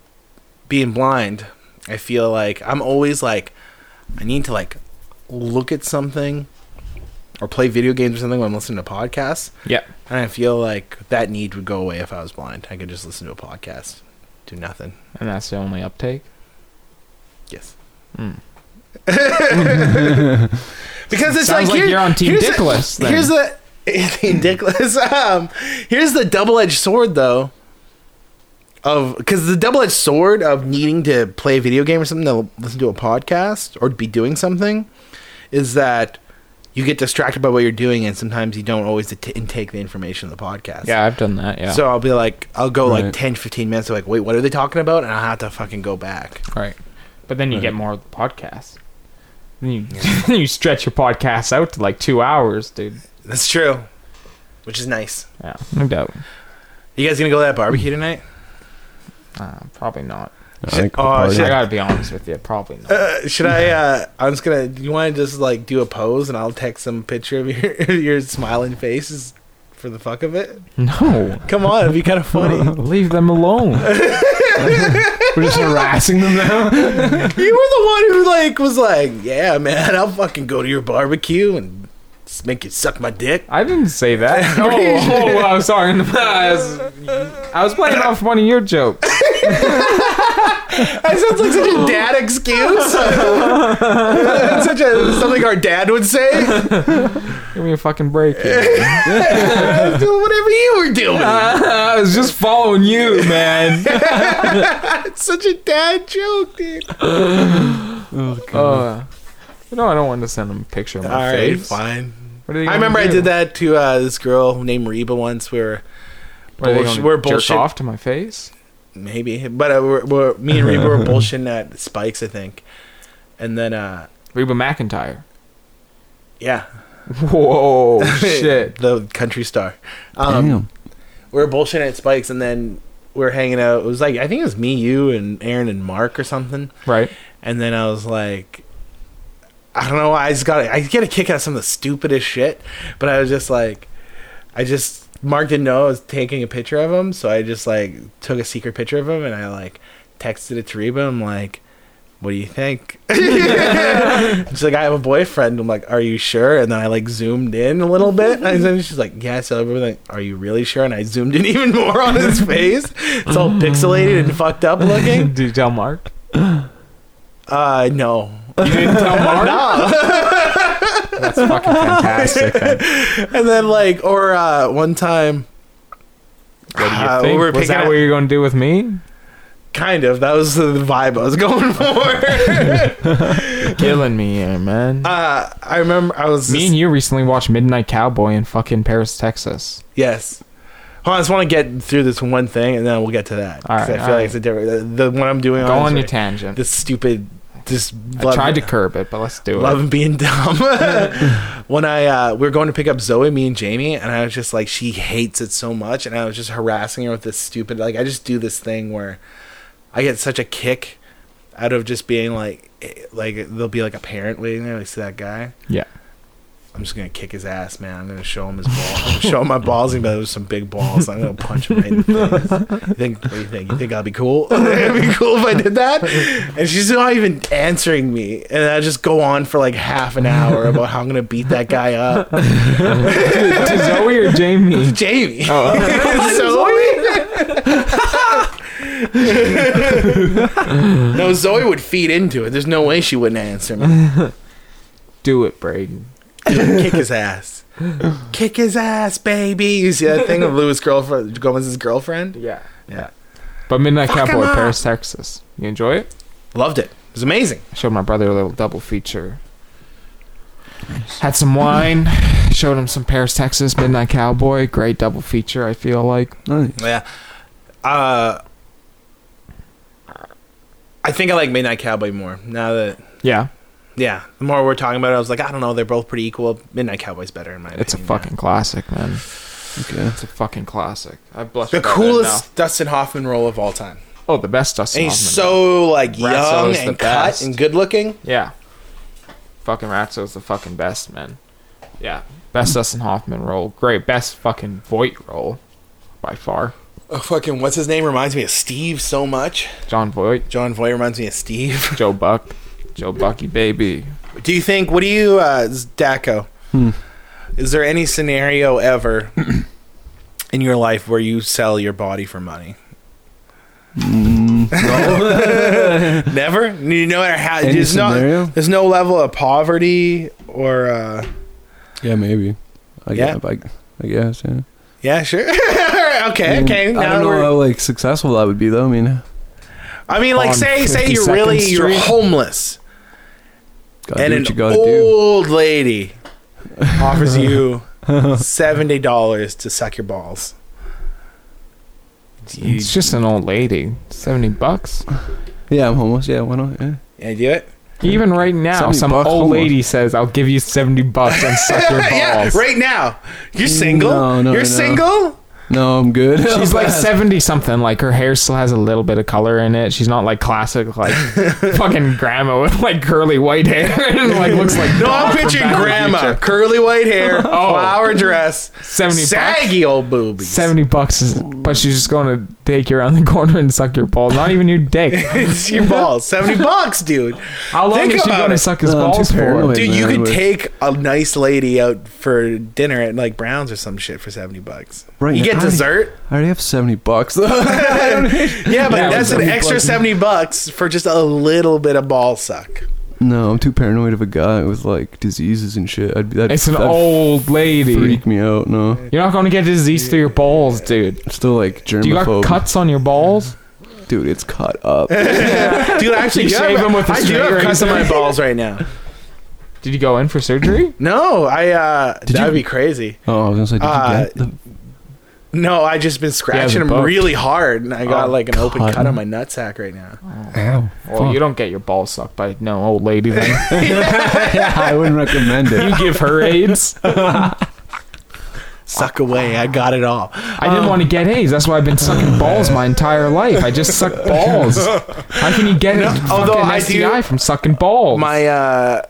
S3: being blind, I feel like I'm always like, I need to like look at something or play video games or something when I'm listening to podcasts.
S2: yeah.
S3: And I feel like that need would go away if I was blind. I could just listen to a podcast, do nothing.
S2: And that's the only uptake.
S3: Yes. Hmm. because it's
S2: Sounds
S3: like,
S2: like
S3: here-
S2: you're on Team
S3: here's the-
S2: Dickless, then.
S3: Here's the Team Dickless. Um, here's the double-edged sword, though. Of because the double-edged sword of needing to play a video game or something to listen to a podcast or be doing something is that you get distracted by what you're doing, and sometimes you don't always at- intake the information of the podcast.
S2: Yeah, I've done that. Yeah.
S3: So I'll be like, I'll go like
S4: Right.
S3: 10, 15 minutes. like, wait, what are they talking about? And I'll have to fucking go back.
S2: Right. But then you get more of the podcast. Then you, you stretch your podcast out to like two hours, dude.
S3: That's true, which is nice.
S2: Yeah, no doubt.
S3: You guys gonna go to that barbecue tonight?
S2: Uh, probably not.
S4: I think we're
S3: Oh,
S4: partying.
S3: shit.
S2: I gotta be honest with you, probably not.
S3: Uh, should I? Uh, I'm just gonna. Do you want to just like do a pose and I'll text some picture of your your smiling faces for the fuck of it?
S2: no.
S3: Come on, it'd be kind of funny.
S2: Leave them alone.
S4: We're just harassing them now.
S3: you were the one who like was like, yeah, man, I'll fucking go to your barbecue and s- make you suck my dick.
S2: I didn't say that. oh, oh, I'm sorry. I was, I was playing off one of your jokes.
S3: That sounds like such a dad excuse. That's such a something our dad would say.
S2: Give me a fucking break. Here.
S3: Do whatever you were doing.
S2: I was just following you, man.
S3: It's such a dad joke, dude.
S2: Uh, you know, I don't want to send them a picture of my
S3: All right,
S2: face.
S3: fine.
S2: What are they
S3: I
S2: gonna
S3: remember I
S2: do?
S3: did that to uh, this girl named Reba once. We were
S2: What, are they
S3: Bullsh-
S2: gonna
S3: we're
S2: jerk
S3: bullshit.
S2: off to my face.
S3: maybe, but uh, we're, we're, me and Reba were bullshitting at Spikes, I think. And then, uh,
S2: Reba McIntyre.
S3: yeah,
S2: Whoa, shit.
S3: the country star. Um,
S4: Damn.
S3: We were bullshitting at Spikes, and then we were hanging out. It was like I think it was me, you, and Aaron and Mark or something.
S2: Right.
S3: And then I was like, I don't know. why, I just got I get a kick out of some of the stupidest shit, but I was just like, I just Mark didn't know I was taking a picture of him, so I just like took a secret picture of him and I like texted it to Reba. I'm like. What do you think? she's like, I have a boyfriend. I'm like, Are you sure? And then I like zoomed in a little bit. And then she's like, Yeah. So everyone's like, Are you really sure? And I zoomed in even more on his face. It's all pixelated and fucked up looking.
S2: Did you tell Mark?
S3: Uh, no.
S2: You didn't tell Mark? That's fucking fantastic. Then.
S3: And then like, or uh, one time,
S2: What do you
S3: Uh,
S2: think?
S3: we're
S2: Was
S3: picking
S2: that
S3: up-
S2: what you're going to do with me?
S3: kind of that was the vibe I was going for.
S2: Killing me here, man.
S3: uh, I remember I was
S2: me and you recently watched Midnight Cowboy in fucking Paris, Texas.
S3: yes. Hold on, I just want to get through this one thing, and then we'll get to that. 'cause
S2: All right,
S3: I feel
S2: all
S3: like
S2: right.
S3: it's a different. The, the one I'm doing
S2: Go on
S3: is
S2: your
S3: like
S2: tangent.
S3: this stupid just
S2: I
S3: love-
S2: tried to curb it, but let's do
S3: love
S2: it.
S3: and being dumb. when I uh, we were going to pick up Zoe, me and Jamie, and I was just like, she hates it so much, and I was just harassing her with this stupid like I just do this thing where I get such a kick out of just being like eh, like there'll be like a parent waiting there, like see that guy.
S2: Yeah.
S3: I'm just gonna kick his ass, man. I'm gonna show him his balls. I'm gonna show him my balls, even though there's some big balls. I'm gonna punch him right in the face. You think? What do you think? You think I'll be cool? It'd be cool if I did that. And she's not even answering me. And I just go on for like half an hour about how I'm gonna beat that guy up,
S2: To Zoe or Jamie?
S3: Jamie. Zoe. no, Zoe would feed into it. There's no way she wouldn't answer me.
S2: Do it, Braden.
S3: Kick his ass. Kick his ass, baby. You see that thing of Louis' girlfriend, Gomez's girlfriend?
S2: Yeah.
S3: Yeah.
S2: But Midnight
S3: Fuck 'em
S2: Cowboy,
S3: up.
S2: Paris, Texas. You enjoy it?
S3: Loved it. It was amazing.
S2: I showed my brother a little double feature. Had some wine, showed him some Paris, Texas, Midnight Cowboy. Great double feature, I feel like.
S4: Nice.
S3: Yeah. Uh, I think I like Midnight Cowboy more now that.
S2: Yeah,
S3: Yeah, the more we're talking about it, I was like, I don't know, they're both pretty equal. Midnight Cowboy's better in my
S2: it's a
S3: opinion.
S2: fucking classic, man.
S4: Okay.
S2: It's a fucking classic. I blessed
S3: the coolest Dustin Hoffman role of all time.
S2: Oh, the best Dustin
S3: And he's
S2: Hoffman.
S3: so like young
S2: Ratzo's the
S3: and cut
S2: best.
S3: and good looking.
S2: Yeah. Fucking Ratzo's the fucking best, man. Yeah. Best Dustin Hoffman role. Great. Best fucking Voight role by far.
S3: Oh, fucking what's his name reminds me of Steve so much.
S2: John Voight,
S3: John Voight reminds me of Steve.
S2: Joe Buck, Joe Bucky Baby.
S3: Do you think? What do you, uh, Daco?
S4: Hmm.
S3: Is there any scenario ever in your life where you sell your body for money?
S4: mm.
S3: Never. You know how
S4: Any
S3: there's no
S4: scenario?
S3: there's no level of poverty or uh,
S4: Yeah, maybe. I
S3: Yeah.
S4: guess. I, I guess. Yeah.
S3: yeah, sure. okay,
S4: Hmm. I mean,
S3: okay.
S4: I
S3: Now
S4: don't know
S3: we're,
S4: how like successful that would be though. I mean,
S3: I mean, like
S2: on
S3: say say you're
S2: 52nd
S3: really you're
S2: Street.
S3: homeless
S4: gotta
S3: and
S4: Uh, do what you
S3: an
S4: gotta do.
S3: old lady offers you seventy dollars to suck your balls. Do you,
S2: It's just an old lady. 70 bucks.
S4: Yeah, I'm homeless. Yeah, why not? Yeah.
S3: yeah, do it.
S2: Even right now,
S4: 70
S2: some old
S4: bucks almost.
S2: lady says, I'll give you 70 bucks and suck your balls.
S3: Yeah, right now. You're single.
S4: No, no,
S3: You're
S4: no.
S3: single.
S4: No, I'm good.
S2: She's like 70 something. Like her hair still has a little bit of color in it. She's not like classic, like fucking grandma with like curly white hair and like looks like.
S3: No, I'm
S2: Doc from
S3: picturing
S2: Back to the
S3: grandma,
S2: Future.
S3: curly white hair, flower dress,
S2: 70 bucks.
S3: saggy old boobies.
S2: 70 bucks, is, but she's just going to take you around the corner and suck your balls. Not even your dick.
S3: It's your balls. Seventy bucks, dude.
S2: How long
S3: Think
S2: is she
S3: about
S2: going
S3: it.
S2: to suck his
S4: No, I'm too
S2: balls for?
S4: paranoid.
S3: Dude, you
S4: man,
S3: could
S4: with-
S3: take a nice lady out for dinner at like Browns or some shit for seventy bucks.
S4: Right,
S3: you
S4: you're
S3: get
S4: outta-
S3: dessert.
S4: I already have seventy bucks. though.
S3: Yeah, but
S2: Yeah,
S3: that's an
S2: 70
S3: extra
S2: bucks.
S3: seventy bucks for just a little bit of ball suck.
S4: no, I'm too paranoid of a guy with like diseases and shit. I'd be that.
S2: It's an
S4: that'd
S2: old lady.
S4: Freak me out. No,
S2: You're not going to get a disease through your balls, dude.
S4: I'm still like germaphobe.
S2: Do you got cuts on your balls?
S4: Dude, it's cut up.
S3: Dude, I actually
S2: You
S3: do
S2: shave
S3: have,
S2: them with a
S3: I do have
S2: straight
S3: cuts on
S2: razor.
S3: my balls right now.
S2: Did you go in for surgery?
S3: No, I uh
S4: Did
S3: that'd
S4: you-
S3: be crazy.
S4: oh, I was gonna say, did
S3: Uh,
S4: you get the
S3: No, I just been scratching them
S2: bug.
S3: really hard, and I got
S2: Oh,
S3: like an open
S4: God.
S3: cut on my nutsack right now.
S4: ow?
S2: Well, you don't get your balls sucked by no old lady then.
S4: I wouldn't recommend it.
S2: you give her AIDS? Oh,
S3: Suck away, I got it all.
S2: I didn't want to get AIDS. That's why I've been sucking balls my entire life. I just suck balls. How can you get a
S3: although
S2: fucking
S3: I do-
S2: STI from sucking balls?
S3: My uh,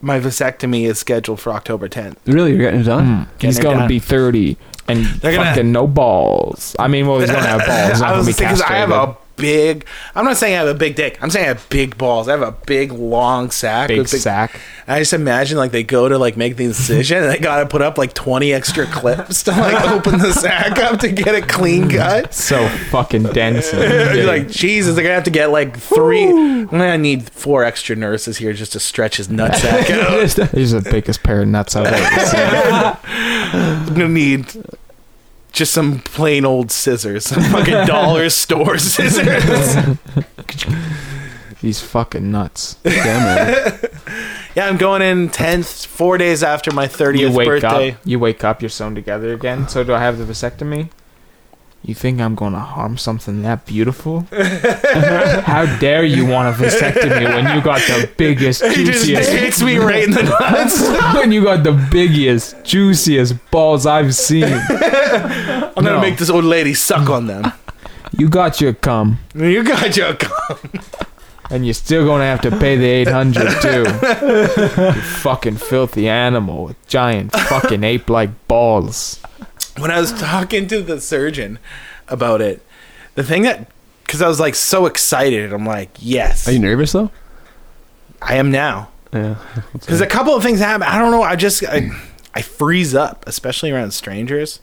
S3: my vasectomy is scheduled for October 10th.
S4: Really, you're getting it done?
S2: he's
S3: it
S2: gonna
S3: done.
S2: be thirty and
S3: gonna-
S2: fucking no balls. I mean, well, he's gonna have balls. He's not
S3: I
S2: gonna
S3: was
S2: be
S3: thinking 'cause I have
S2: castrated.
S3: a big. I'm not saying I have a big dick. I'm saying I have big balls. I have a big long sack.
S2: big
S3: with big-
S2: sack.
S3: I just imagine like they go to like make the incision and they gotta put up like 20 extra clips to like open the sack up to get a clean cut.
S2: So fucking dense. and
S3: You're
S2: big.
S3: like, Jesus, they're gonna have to get like three. I'm gonna need four extra nurses here just to stretch his nutsack out.
S2: He's the biggest pair of nuts I've ever seen.
S3: I'm gonna need just some plain old scissors, some fucking dollar store scissors.
S2: These fucking nuts.
S4: Damn it.
S3: yeah, I'm going in tenth, four days after my
S2: You
S3: thirtieth
S2: wake
S3: birthday.
S2: up. You wake up. You're sewn together again. So do I have the vasectomy? You think I'm going to harm something that beautiful? How dare you want a vasectomy when you got the biggest,
S3: He just
S2: juiciest,
S3: hits me right in the nuts.
S2: when you got the biggest, juiciest balls I've seen?
S3: I'm gonna
S2: No.
S3: make this old lady suck on them.
S2: You got your cum,
S3: You got your cum.
S2: and you're still going to have to pay the 800 too. You fucking filthy animal with giant fucking ape-like balls.
S3: when I was talking to the surgeon about it, the thing that because I was like so excited, I'm like, yes,
S4: Are you nervous though?
S3: I am now.
S4: Yeah.
S3: Because a couple of things happen. I don't know. I just I, I freeze up, especially around strangers.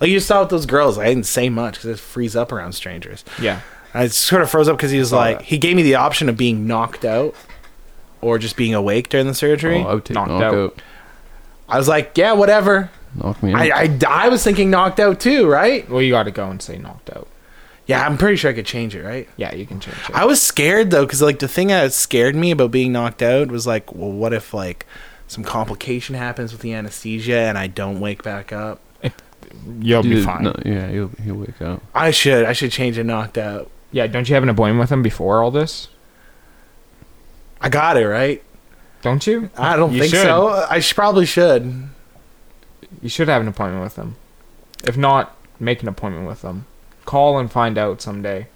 S3: Like you saw with those girls, I didn't say much because I just freeze up around strangers.
S2: Yeah.
S3: I sort of froze up because he was like,
S2: that.
S3: he gave me the option of being knocked out or just being awake during the surgery.
S4: Oh, I would take
S2: Knocked
S4: knocked out.
S2: out.
S3: I was like, yeah, whatever.
S4: Knock me out.
S3: I, I I was thinking knocked out too, right?
S2: Well, you got to go and say knocked out.
S3: Yeah, I'm pretty sure I could change it, right?
S2: Yeah, you can change it.
S3: I was scared though, because like the thing that scared me about being knocked out was like, well, what if like some complication happens with the anesthesia and I don't wake back up?
S2: You'll be
S4: Dude,
S2: fine.
S4: no, yeah, he'll, he'll wake up.
S3: I should, I should change it. Knocked out.
S2: Yeah, don't you have an appointment with him before all this?
S3: I got it right.
S2: Don't you?
S3: I don't
S2: You
S3: think
S2: should.
S3: so. I sh- probably should.
S2: You should have an appointment with him. If not, make an appointment with him. Call and find out someday.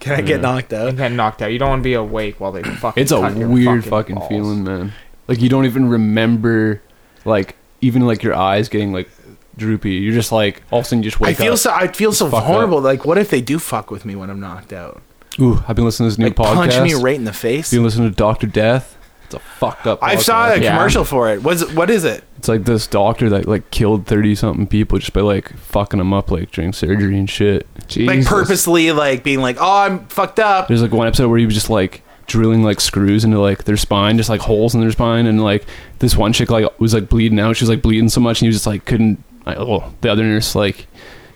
S3: Can I get knocked
S2: And
S3: out?
S2: get knocked out. You don't want to be awake while they fucking.
S4: It's a
S2: cut your
S4: weird fucking,
S2: balls.
S4: feeling, man. Like you don't even remember, like even like your eyes getting like droopy. You're just like all of a sudden you just
S3: I
S4: wake
S3: feel
S4: up.
S3: so. I feel so
S4: fuck up.
S3: horrible. Like, what if they do fuck with me when I'm knocked out?
S4: Ooh, I've been listening to this new
S3: Like,
S4: podcast.
S3: punch me right in the face.
S4: Been listening to Doctor Death. It's a fucked up.
S3: I saw
S4: podcast.
S3: a
S2: Yeah.
S3: commercial for it. Was what is it?
S4: It's like this doctor that like killed thirty something people just by like fucking them up like during surgery and shit.
S3: Like
S2: Jesus.
S3: purposely, like being like, oh, I'm fucked up.
S4: There's like one episode where he was just like drilling like screws into like their spine, just like holes in their spine, and like this one chick like was like bleeding out. She was like bleeding so much, and he was just like couldn't. Like, oh, the other nurse like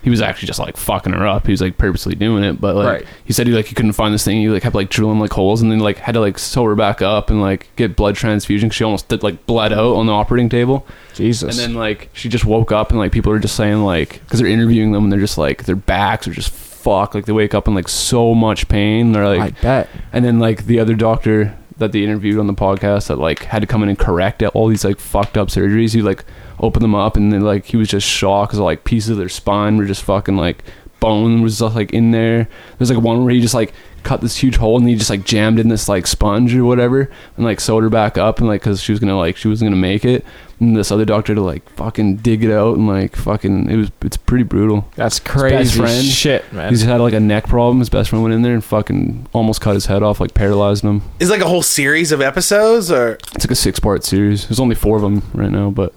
S4: he was actually just like fucking her up. He was like purposely doing it, but like
S2: Right.
S4: he said he like he couldn't find this thing. He like kept like drilling like holes, and then like had to like sew her back up and like get blood transfusion. 'cause She almost did like bled out on the operating table.
S2: Jesus.
S4: And then like she just woke up and like people are just saying like because they're interviewing them and they're just like their backs are just fucked. Like they wake up in like so much pain. They're like,
S2: I bet.
S4: and then like the other doctor that they interviewed on the podcast that like had to come in and correct all these like fucked up surgeries. He like opened them up and then like he was just shocked because like pieces of their spine were just fucking like bone was just like in there. There's like one where he just like cut this huge hole and he just like jammed in this like sponge or whatever and like sewed her back up and like because she was gonna like she wasn't gonna make it. And this other doctor to like fucking dig it out and like fucking it was it's pretty brutal.
S2: That's crazy
S4: friend.
S2: shit, man.
S4: He's had like a neck problem. His best friend went in there and fucking almost cut his head off, like paralyzed him.
S3: Is it like a whole series of episodes, or
S4: It's like a six part series. There's only four of them right now, but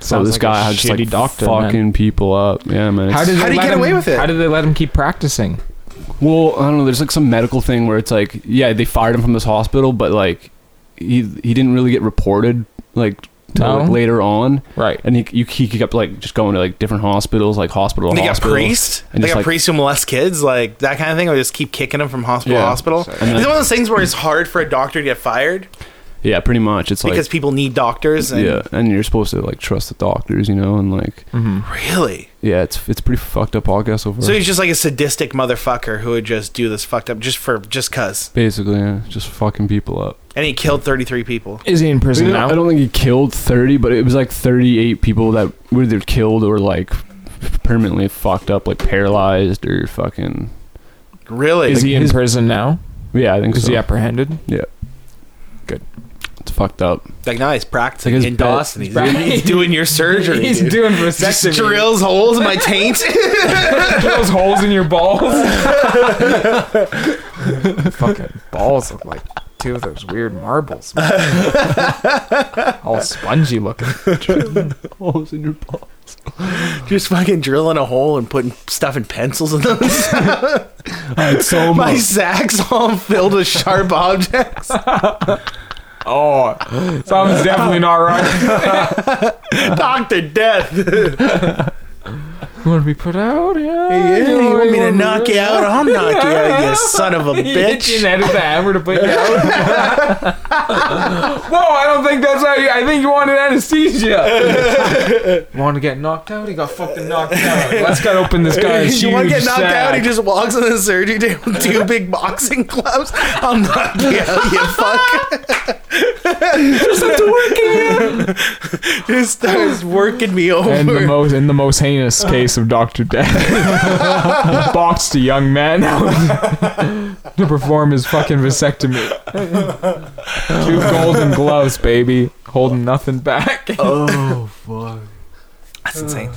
S4: so
S2: Sounds
S4: this
S2: like a
S4: guy had just
S2: shitty
S4: like
S2: doctor, man.
S4: fucking people up. Yeah, man.
S2: How
S4: it's-
S2: did
S3: How
S2: they
S3: do you
S2: let
S3: get
S2: him-
S3: away with it?
S2: How did they let him keep practicing?
S4: well, I don't know. There's like some medical thing where it's like, yeah, they fired him from this hospital, but like he he didn't really get reported like till
S2: No?
S4: like, later on.
S2: Right.
S4: And he, you, he kept like just going to like different hospitals, like hospital. to
S3: they got
S4: hospital,
S3: priests?
S4: and
S3: They
S4: just,
S3: got
S4: like,
S3: priests who molest kids, like that kind of thing, or just keep kicking them from hospital to
S4: Yeah.
S3: hospital.
S4: Sorry.
S3: It's one of those things where it's hard for a doctor to get fired
S4: Yeah, pretty much. It's like
S3: because people need doctors. And
S4: yeah, and you're supposed to like trust the doctors, you know, and like
S2: Mm.
S3: really,
S4: yeah, it's it's pretty fucked up podcast so far.
S3: so he's just like a sadistic motherfucker who would just do this fucked up just for just cause.
S4: Basically, yeah, just fucking people up.
S3: And he killed thirty three people.
S2: Is he in
S4: I,
S2: prison
S4: mean, I
S2: now?
S4: don't think he killed 30, but it was like 38 people that were either killed or like permanently fucked up, like paralyzed or fucking.
S3: Really,
S2: Is he in
S4: his-
S2: prison now?
S4: Yeah, I think
S2: Is
S4: so.
S2: he apprehended?
S4: Yeah.
S2: Good.
S4: It's fucked up.
S3: like nice practicing
S4: Like his
S3: in
S4: bed-
S3: Dawson. He's,
S2: Right.
S3: he's doing your surgery.
S2: He's
S3: dude.
S2: doing
S3: just
S2: vasectomy.
S3: drills holes in my taint.
S2: those holes in your balls. Fucking balls look like two of those weird marbles. man. All spongy looking.
S4: Holes in your balls.
S3: just fucking drilling a hole and putting stuff in pencils in them.
S4: so
S3: my
S4: much.
S3: sack's all filled with sharp objects.
S2: Oh, something's definitely not right.
S3: Doctor Death.
S2: You want to be put out? Yeah.
S3: Yeah, you want me to knock you out? I'll knock you out, you son of a
S2: You
S3: bitch.
S2: can edit the hammer to put you out. Whoa, I don't think that's how you. I think you wanted anesthesia. want to get knocked out? He got fucking knocked out. Let's cut open this guy's
S3: You
S2: want to
S3: get knocked out? He just walks on the surgery table with two big boxing gloves. I'll knock you out, you fuck. just working. He starts working me over.
S2: And the most in the most heinous case of Doctor Death, boxed a young man out to perform his fucking vasectomy. Two golden gloves, baby, holding nothing back.
S3: Oh. That's insane.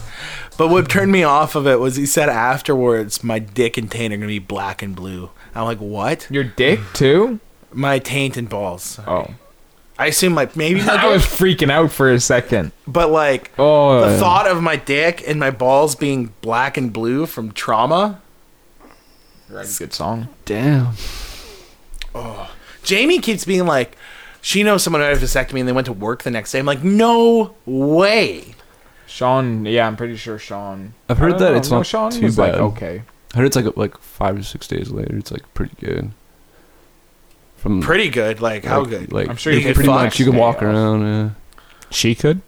S3: But what turned me off of it was he said afterwards, my dick and taint are gonna be black and blue. I'm like, what?
S2: Your dick too?
S3: My taint and balls.
S2: Oh,
S3: I assume like maybe,
S2: I was freaking out for a second.
S3: but like
S2: Oh,
S3: the thought of my dick and my balls being black and blue from trauma.
S2: good song.
S4: Damn.
S3: Jamie keeps being like, she knows someone who had a vasectomy and they went to work the next day. I'm like, no way.
S2: Sean, yeah, I'm pretty sure Sean.
S4: I've
S2: I
S4: heard
S2: don't
S4: that
S2: know,
S4: it's
S2: no,
S4: not
S2: Sean
S4: too
S2: was
S4: bad.
S2: Like, okay,
S4: I heard it's like like five or six days later. It's like pretty good. From
S3: Pretty good. Like how
S4: like-
S3: good?
S4: Like
S2: I'm sure you
S4: you
S2: could
S4: pretty
S2: fuck
S4: much you can walk
S2: snails.
S4: around. Yeah.
S2: she could.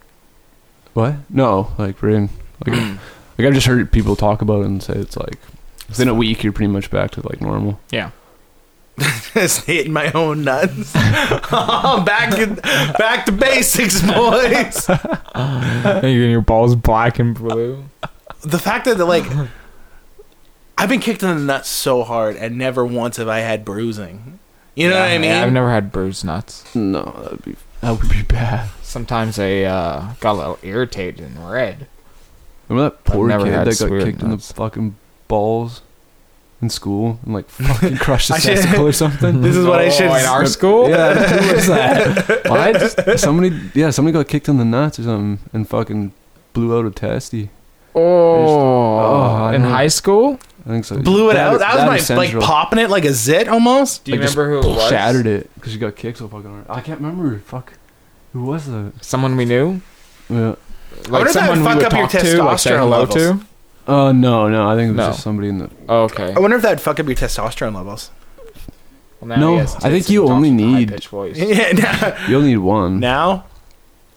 S4: What? No, like we're in. Like, like I've just heard people talk about it and say it's like within a week you're pretty much back to like normal.
S2: Yeah,
S3: Just hitting my own nuts. Oh, back in, back to basics, boys.
S2: and your balls black and blue.
S3: the fact that like I've been kicked in the nuts so hard and never once have I had bruising. You know what I mean?
S2: I've never had bruised nuts.
S4: No, that'd be that would be bad.
S2: Sometimes I uh, got a little irritated and red.
S4: Remember that poor
S2: never
S4: kid
S2: had
S4: that got
S2: swear
S4: kicked in the
S2: nuts.
S4: fucking balls in school and like fucking crushed
S3: I
S4: his
S3: should-
S4: testicle or something?
S3: this is what I should.
S2: Oh, in our school.
S4: yeah, who was that? What? Somebody, yeah, somebody got kicked in the nuts or something and fucking blew out a testy.
S2: Oh,
S4: I
S2: in
S4: know.
S2: high school.
S4: I think so.
S3: blew it out. That,
S4: or
S3: was my like
S4: Central.
S3: popping it like a zit almost.
S2: Do you
S4: Like, just
S2: remember who it was?
S4: Shattered it because she got kicked so fucking hard. I can't remember. Fuck, who was that?
S2: Someone we knew.
S4: Yeah.
S3: wonder
S2: Like
S3: if that
S2: someone
S3: would
S2: we
S3: fuck
S2: would
S3: up your
S2: talk to, like say
S3: testosterone
S2: hello
S3: levels.
S2: to.
S4: Uh, no, no. I think it was
S2: No.
S4: just somebody in the.
S2: Oh, okay.
S3: I wonder if that'd fuck up your testosterone levels.
S2: Well, now
S4: No,
S2: he has
S4: I think
S2: tits and
S4: you
S2: talks
S4: only
S2: in a
S4: need-
S2: high-pitched voice.
S3: Yeah, now,
S4: You'll need one.
S3: now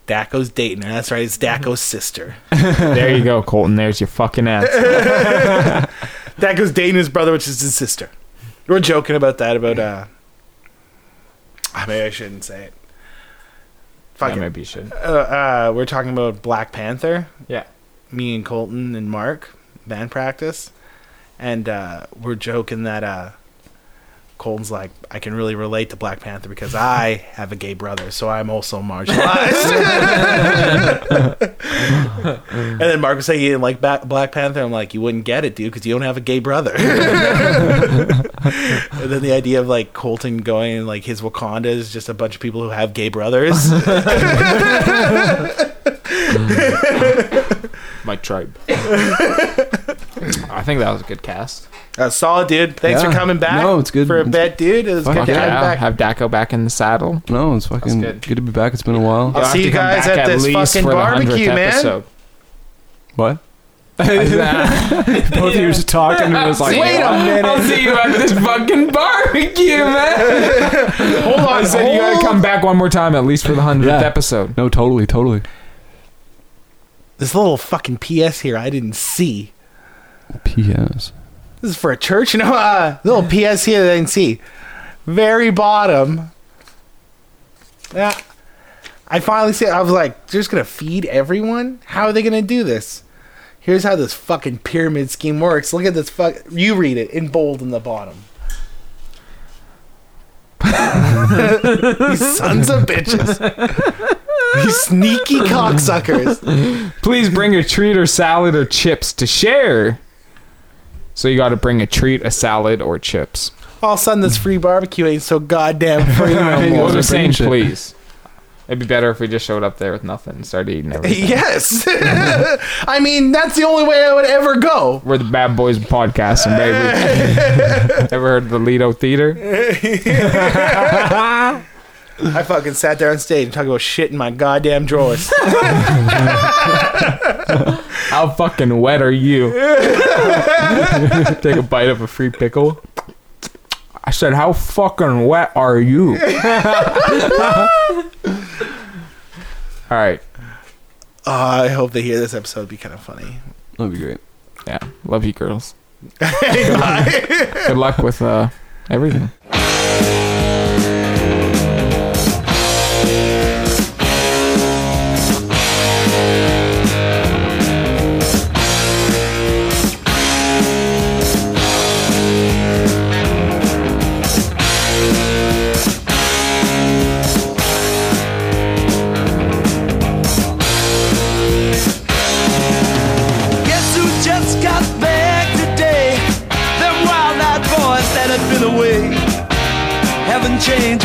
S3: Daco's dating her. That's right, it's Daco's sister.
S2: there you go, Colton. There's your fucking answer.
S3: Daco's dating his brother, which is his sister. We're joking about that about uh I maybe I shouldn't say it. Fuck
S2: yeah,
S3: it.
S2: maybe you should.
S3: uh, uh, we're talking about Black Panther.
S2: Yeah.
S3: Me and Colton and Mark, band practice. And uh, we're joking that uh, Colton's like, I can really relate to Black Panther because I have a gay brother, so I'm also marginalized. and then Mark was saying he didn't like ba- Black Panther. I'm like, you wouldn't get it, dude, because you don't have a gay brother. and then the idea of like Colton going and like his Wakanda is just a bunch of people who have gay brothers.
S2: My tribe. I think that was a good cast.
S3: Uh, solid, dude. Thanks
S4: Yeah.
S3: for coming back.
S4: No, it's good.
S3: for a
S4: It's-
S3: bet, dude. It was good
S4: Fuck
S3: to have you
S4: yeah.
S3: back.
S2: Have Daco back in the saddle.
S4: No, it's fucking
S2: That's
S4: good.
S2: good.
S4: to be back. It's been a while.
S3: I'll
S2: You'll have
S3: see
S2: to
S3: you
S2: come
S3: guys
S2: back
S3: at this
S2: least
S3: fucking
S2: for the 100th
S3: barbecue, man.
S2: episode.
S4: What?
S2: Both of you were just talking and it was like,
S3: Wait a minute.
S2: I'll see you at this fucking barbecue, man.
S3: Hold on,
S2: I said you gotta
S3: hold-
S2: come back one more time at least for the 100th
S4: Yeah.
S2: episode.
S4: No, totally, totally.
S3: This little fucking PS here, I didn't see.
S4: P.S.
S3: This is for a church. No, uh, little PS here, that I didn't see. Very bottom. Yeah, I finally see. I was like, they're just gonna feed everyone. How are they gonna do this? Here's how this fucking pyramid scheme works. Look at this fuck. You read it in bold in the bottom. These sons of bitches. These sneaky cocksuckers.
S2: Please bring a treat or salad or chips to share. So you gotta bring a treat, a salad, or chips.
S3: All of a sudden, this free barbecue ain't so goddamn free no
S2: We'll
S3: more.
S4: Those are
S2: just saying
S4: pretty shit.
S2: please. It'd be better if we just showed up there with nothing and started eating everything.
S3: Yes. I mean, that's the only way I would ever go.
S2: We're the Bad Boys podcasting, baby. Ever heard of the Lido Theater?
S3: I fucking sat Uh, there on stage and talked about shit in my goddamn drawers.
S2: I How fucking wet are you? Take a bite of a free pickle. I said, How fucking wet are you? All right.
S3: Uh, I hope they hear this episode. It'd be kind of funny.
S4: That'd be great.
S2: Yeah. Love you, girls. Good luck with uh, everything.
S1: Guess who just got back today? Them wild eyed boys that had been away. Haven't changed,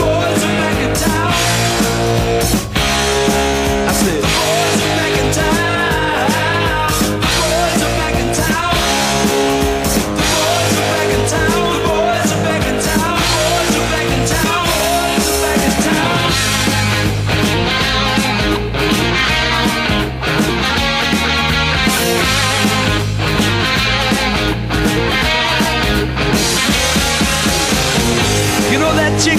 S1: boys are back in town. I said, The boys are back in town. The boys are back in town. The boys are back in town. The boys are back in town. The boys are back in town. The boys are back in town. You know that chick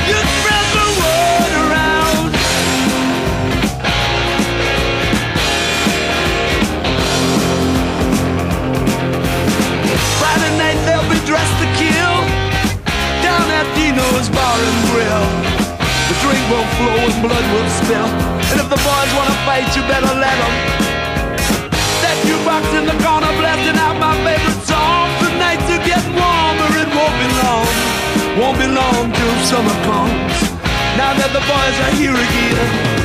S1: You spread the word around. Friday night they'll be dressed to kill down at Dino's Bar and Grill. The drink will flow and blood will spill. And if the boys wanna fight, you better let 'em. That jukebox in the corner blasting out my favorite song. The nights are getting warmer, it won't be long. Won't be long till summer comes. Now that the boys are here again.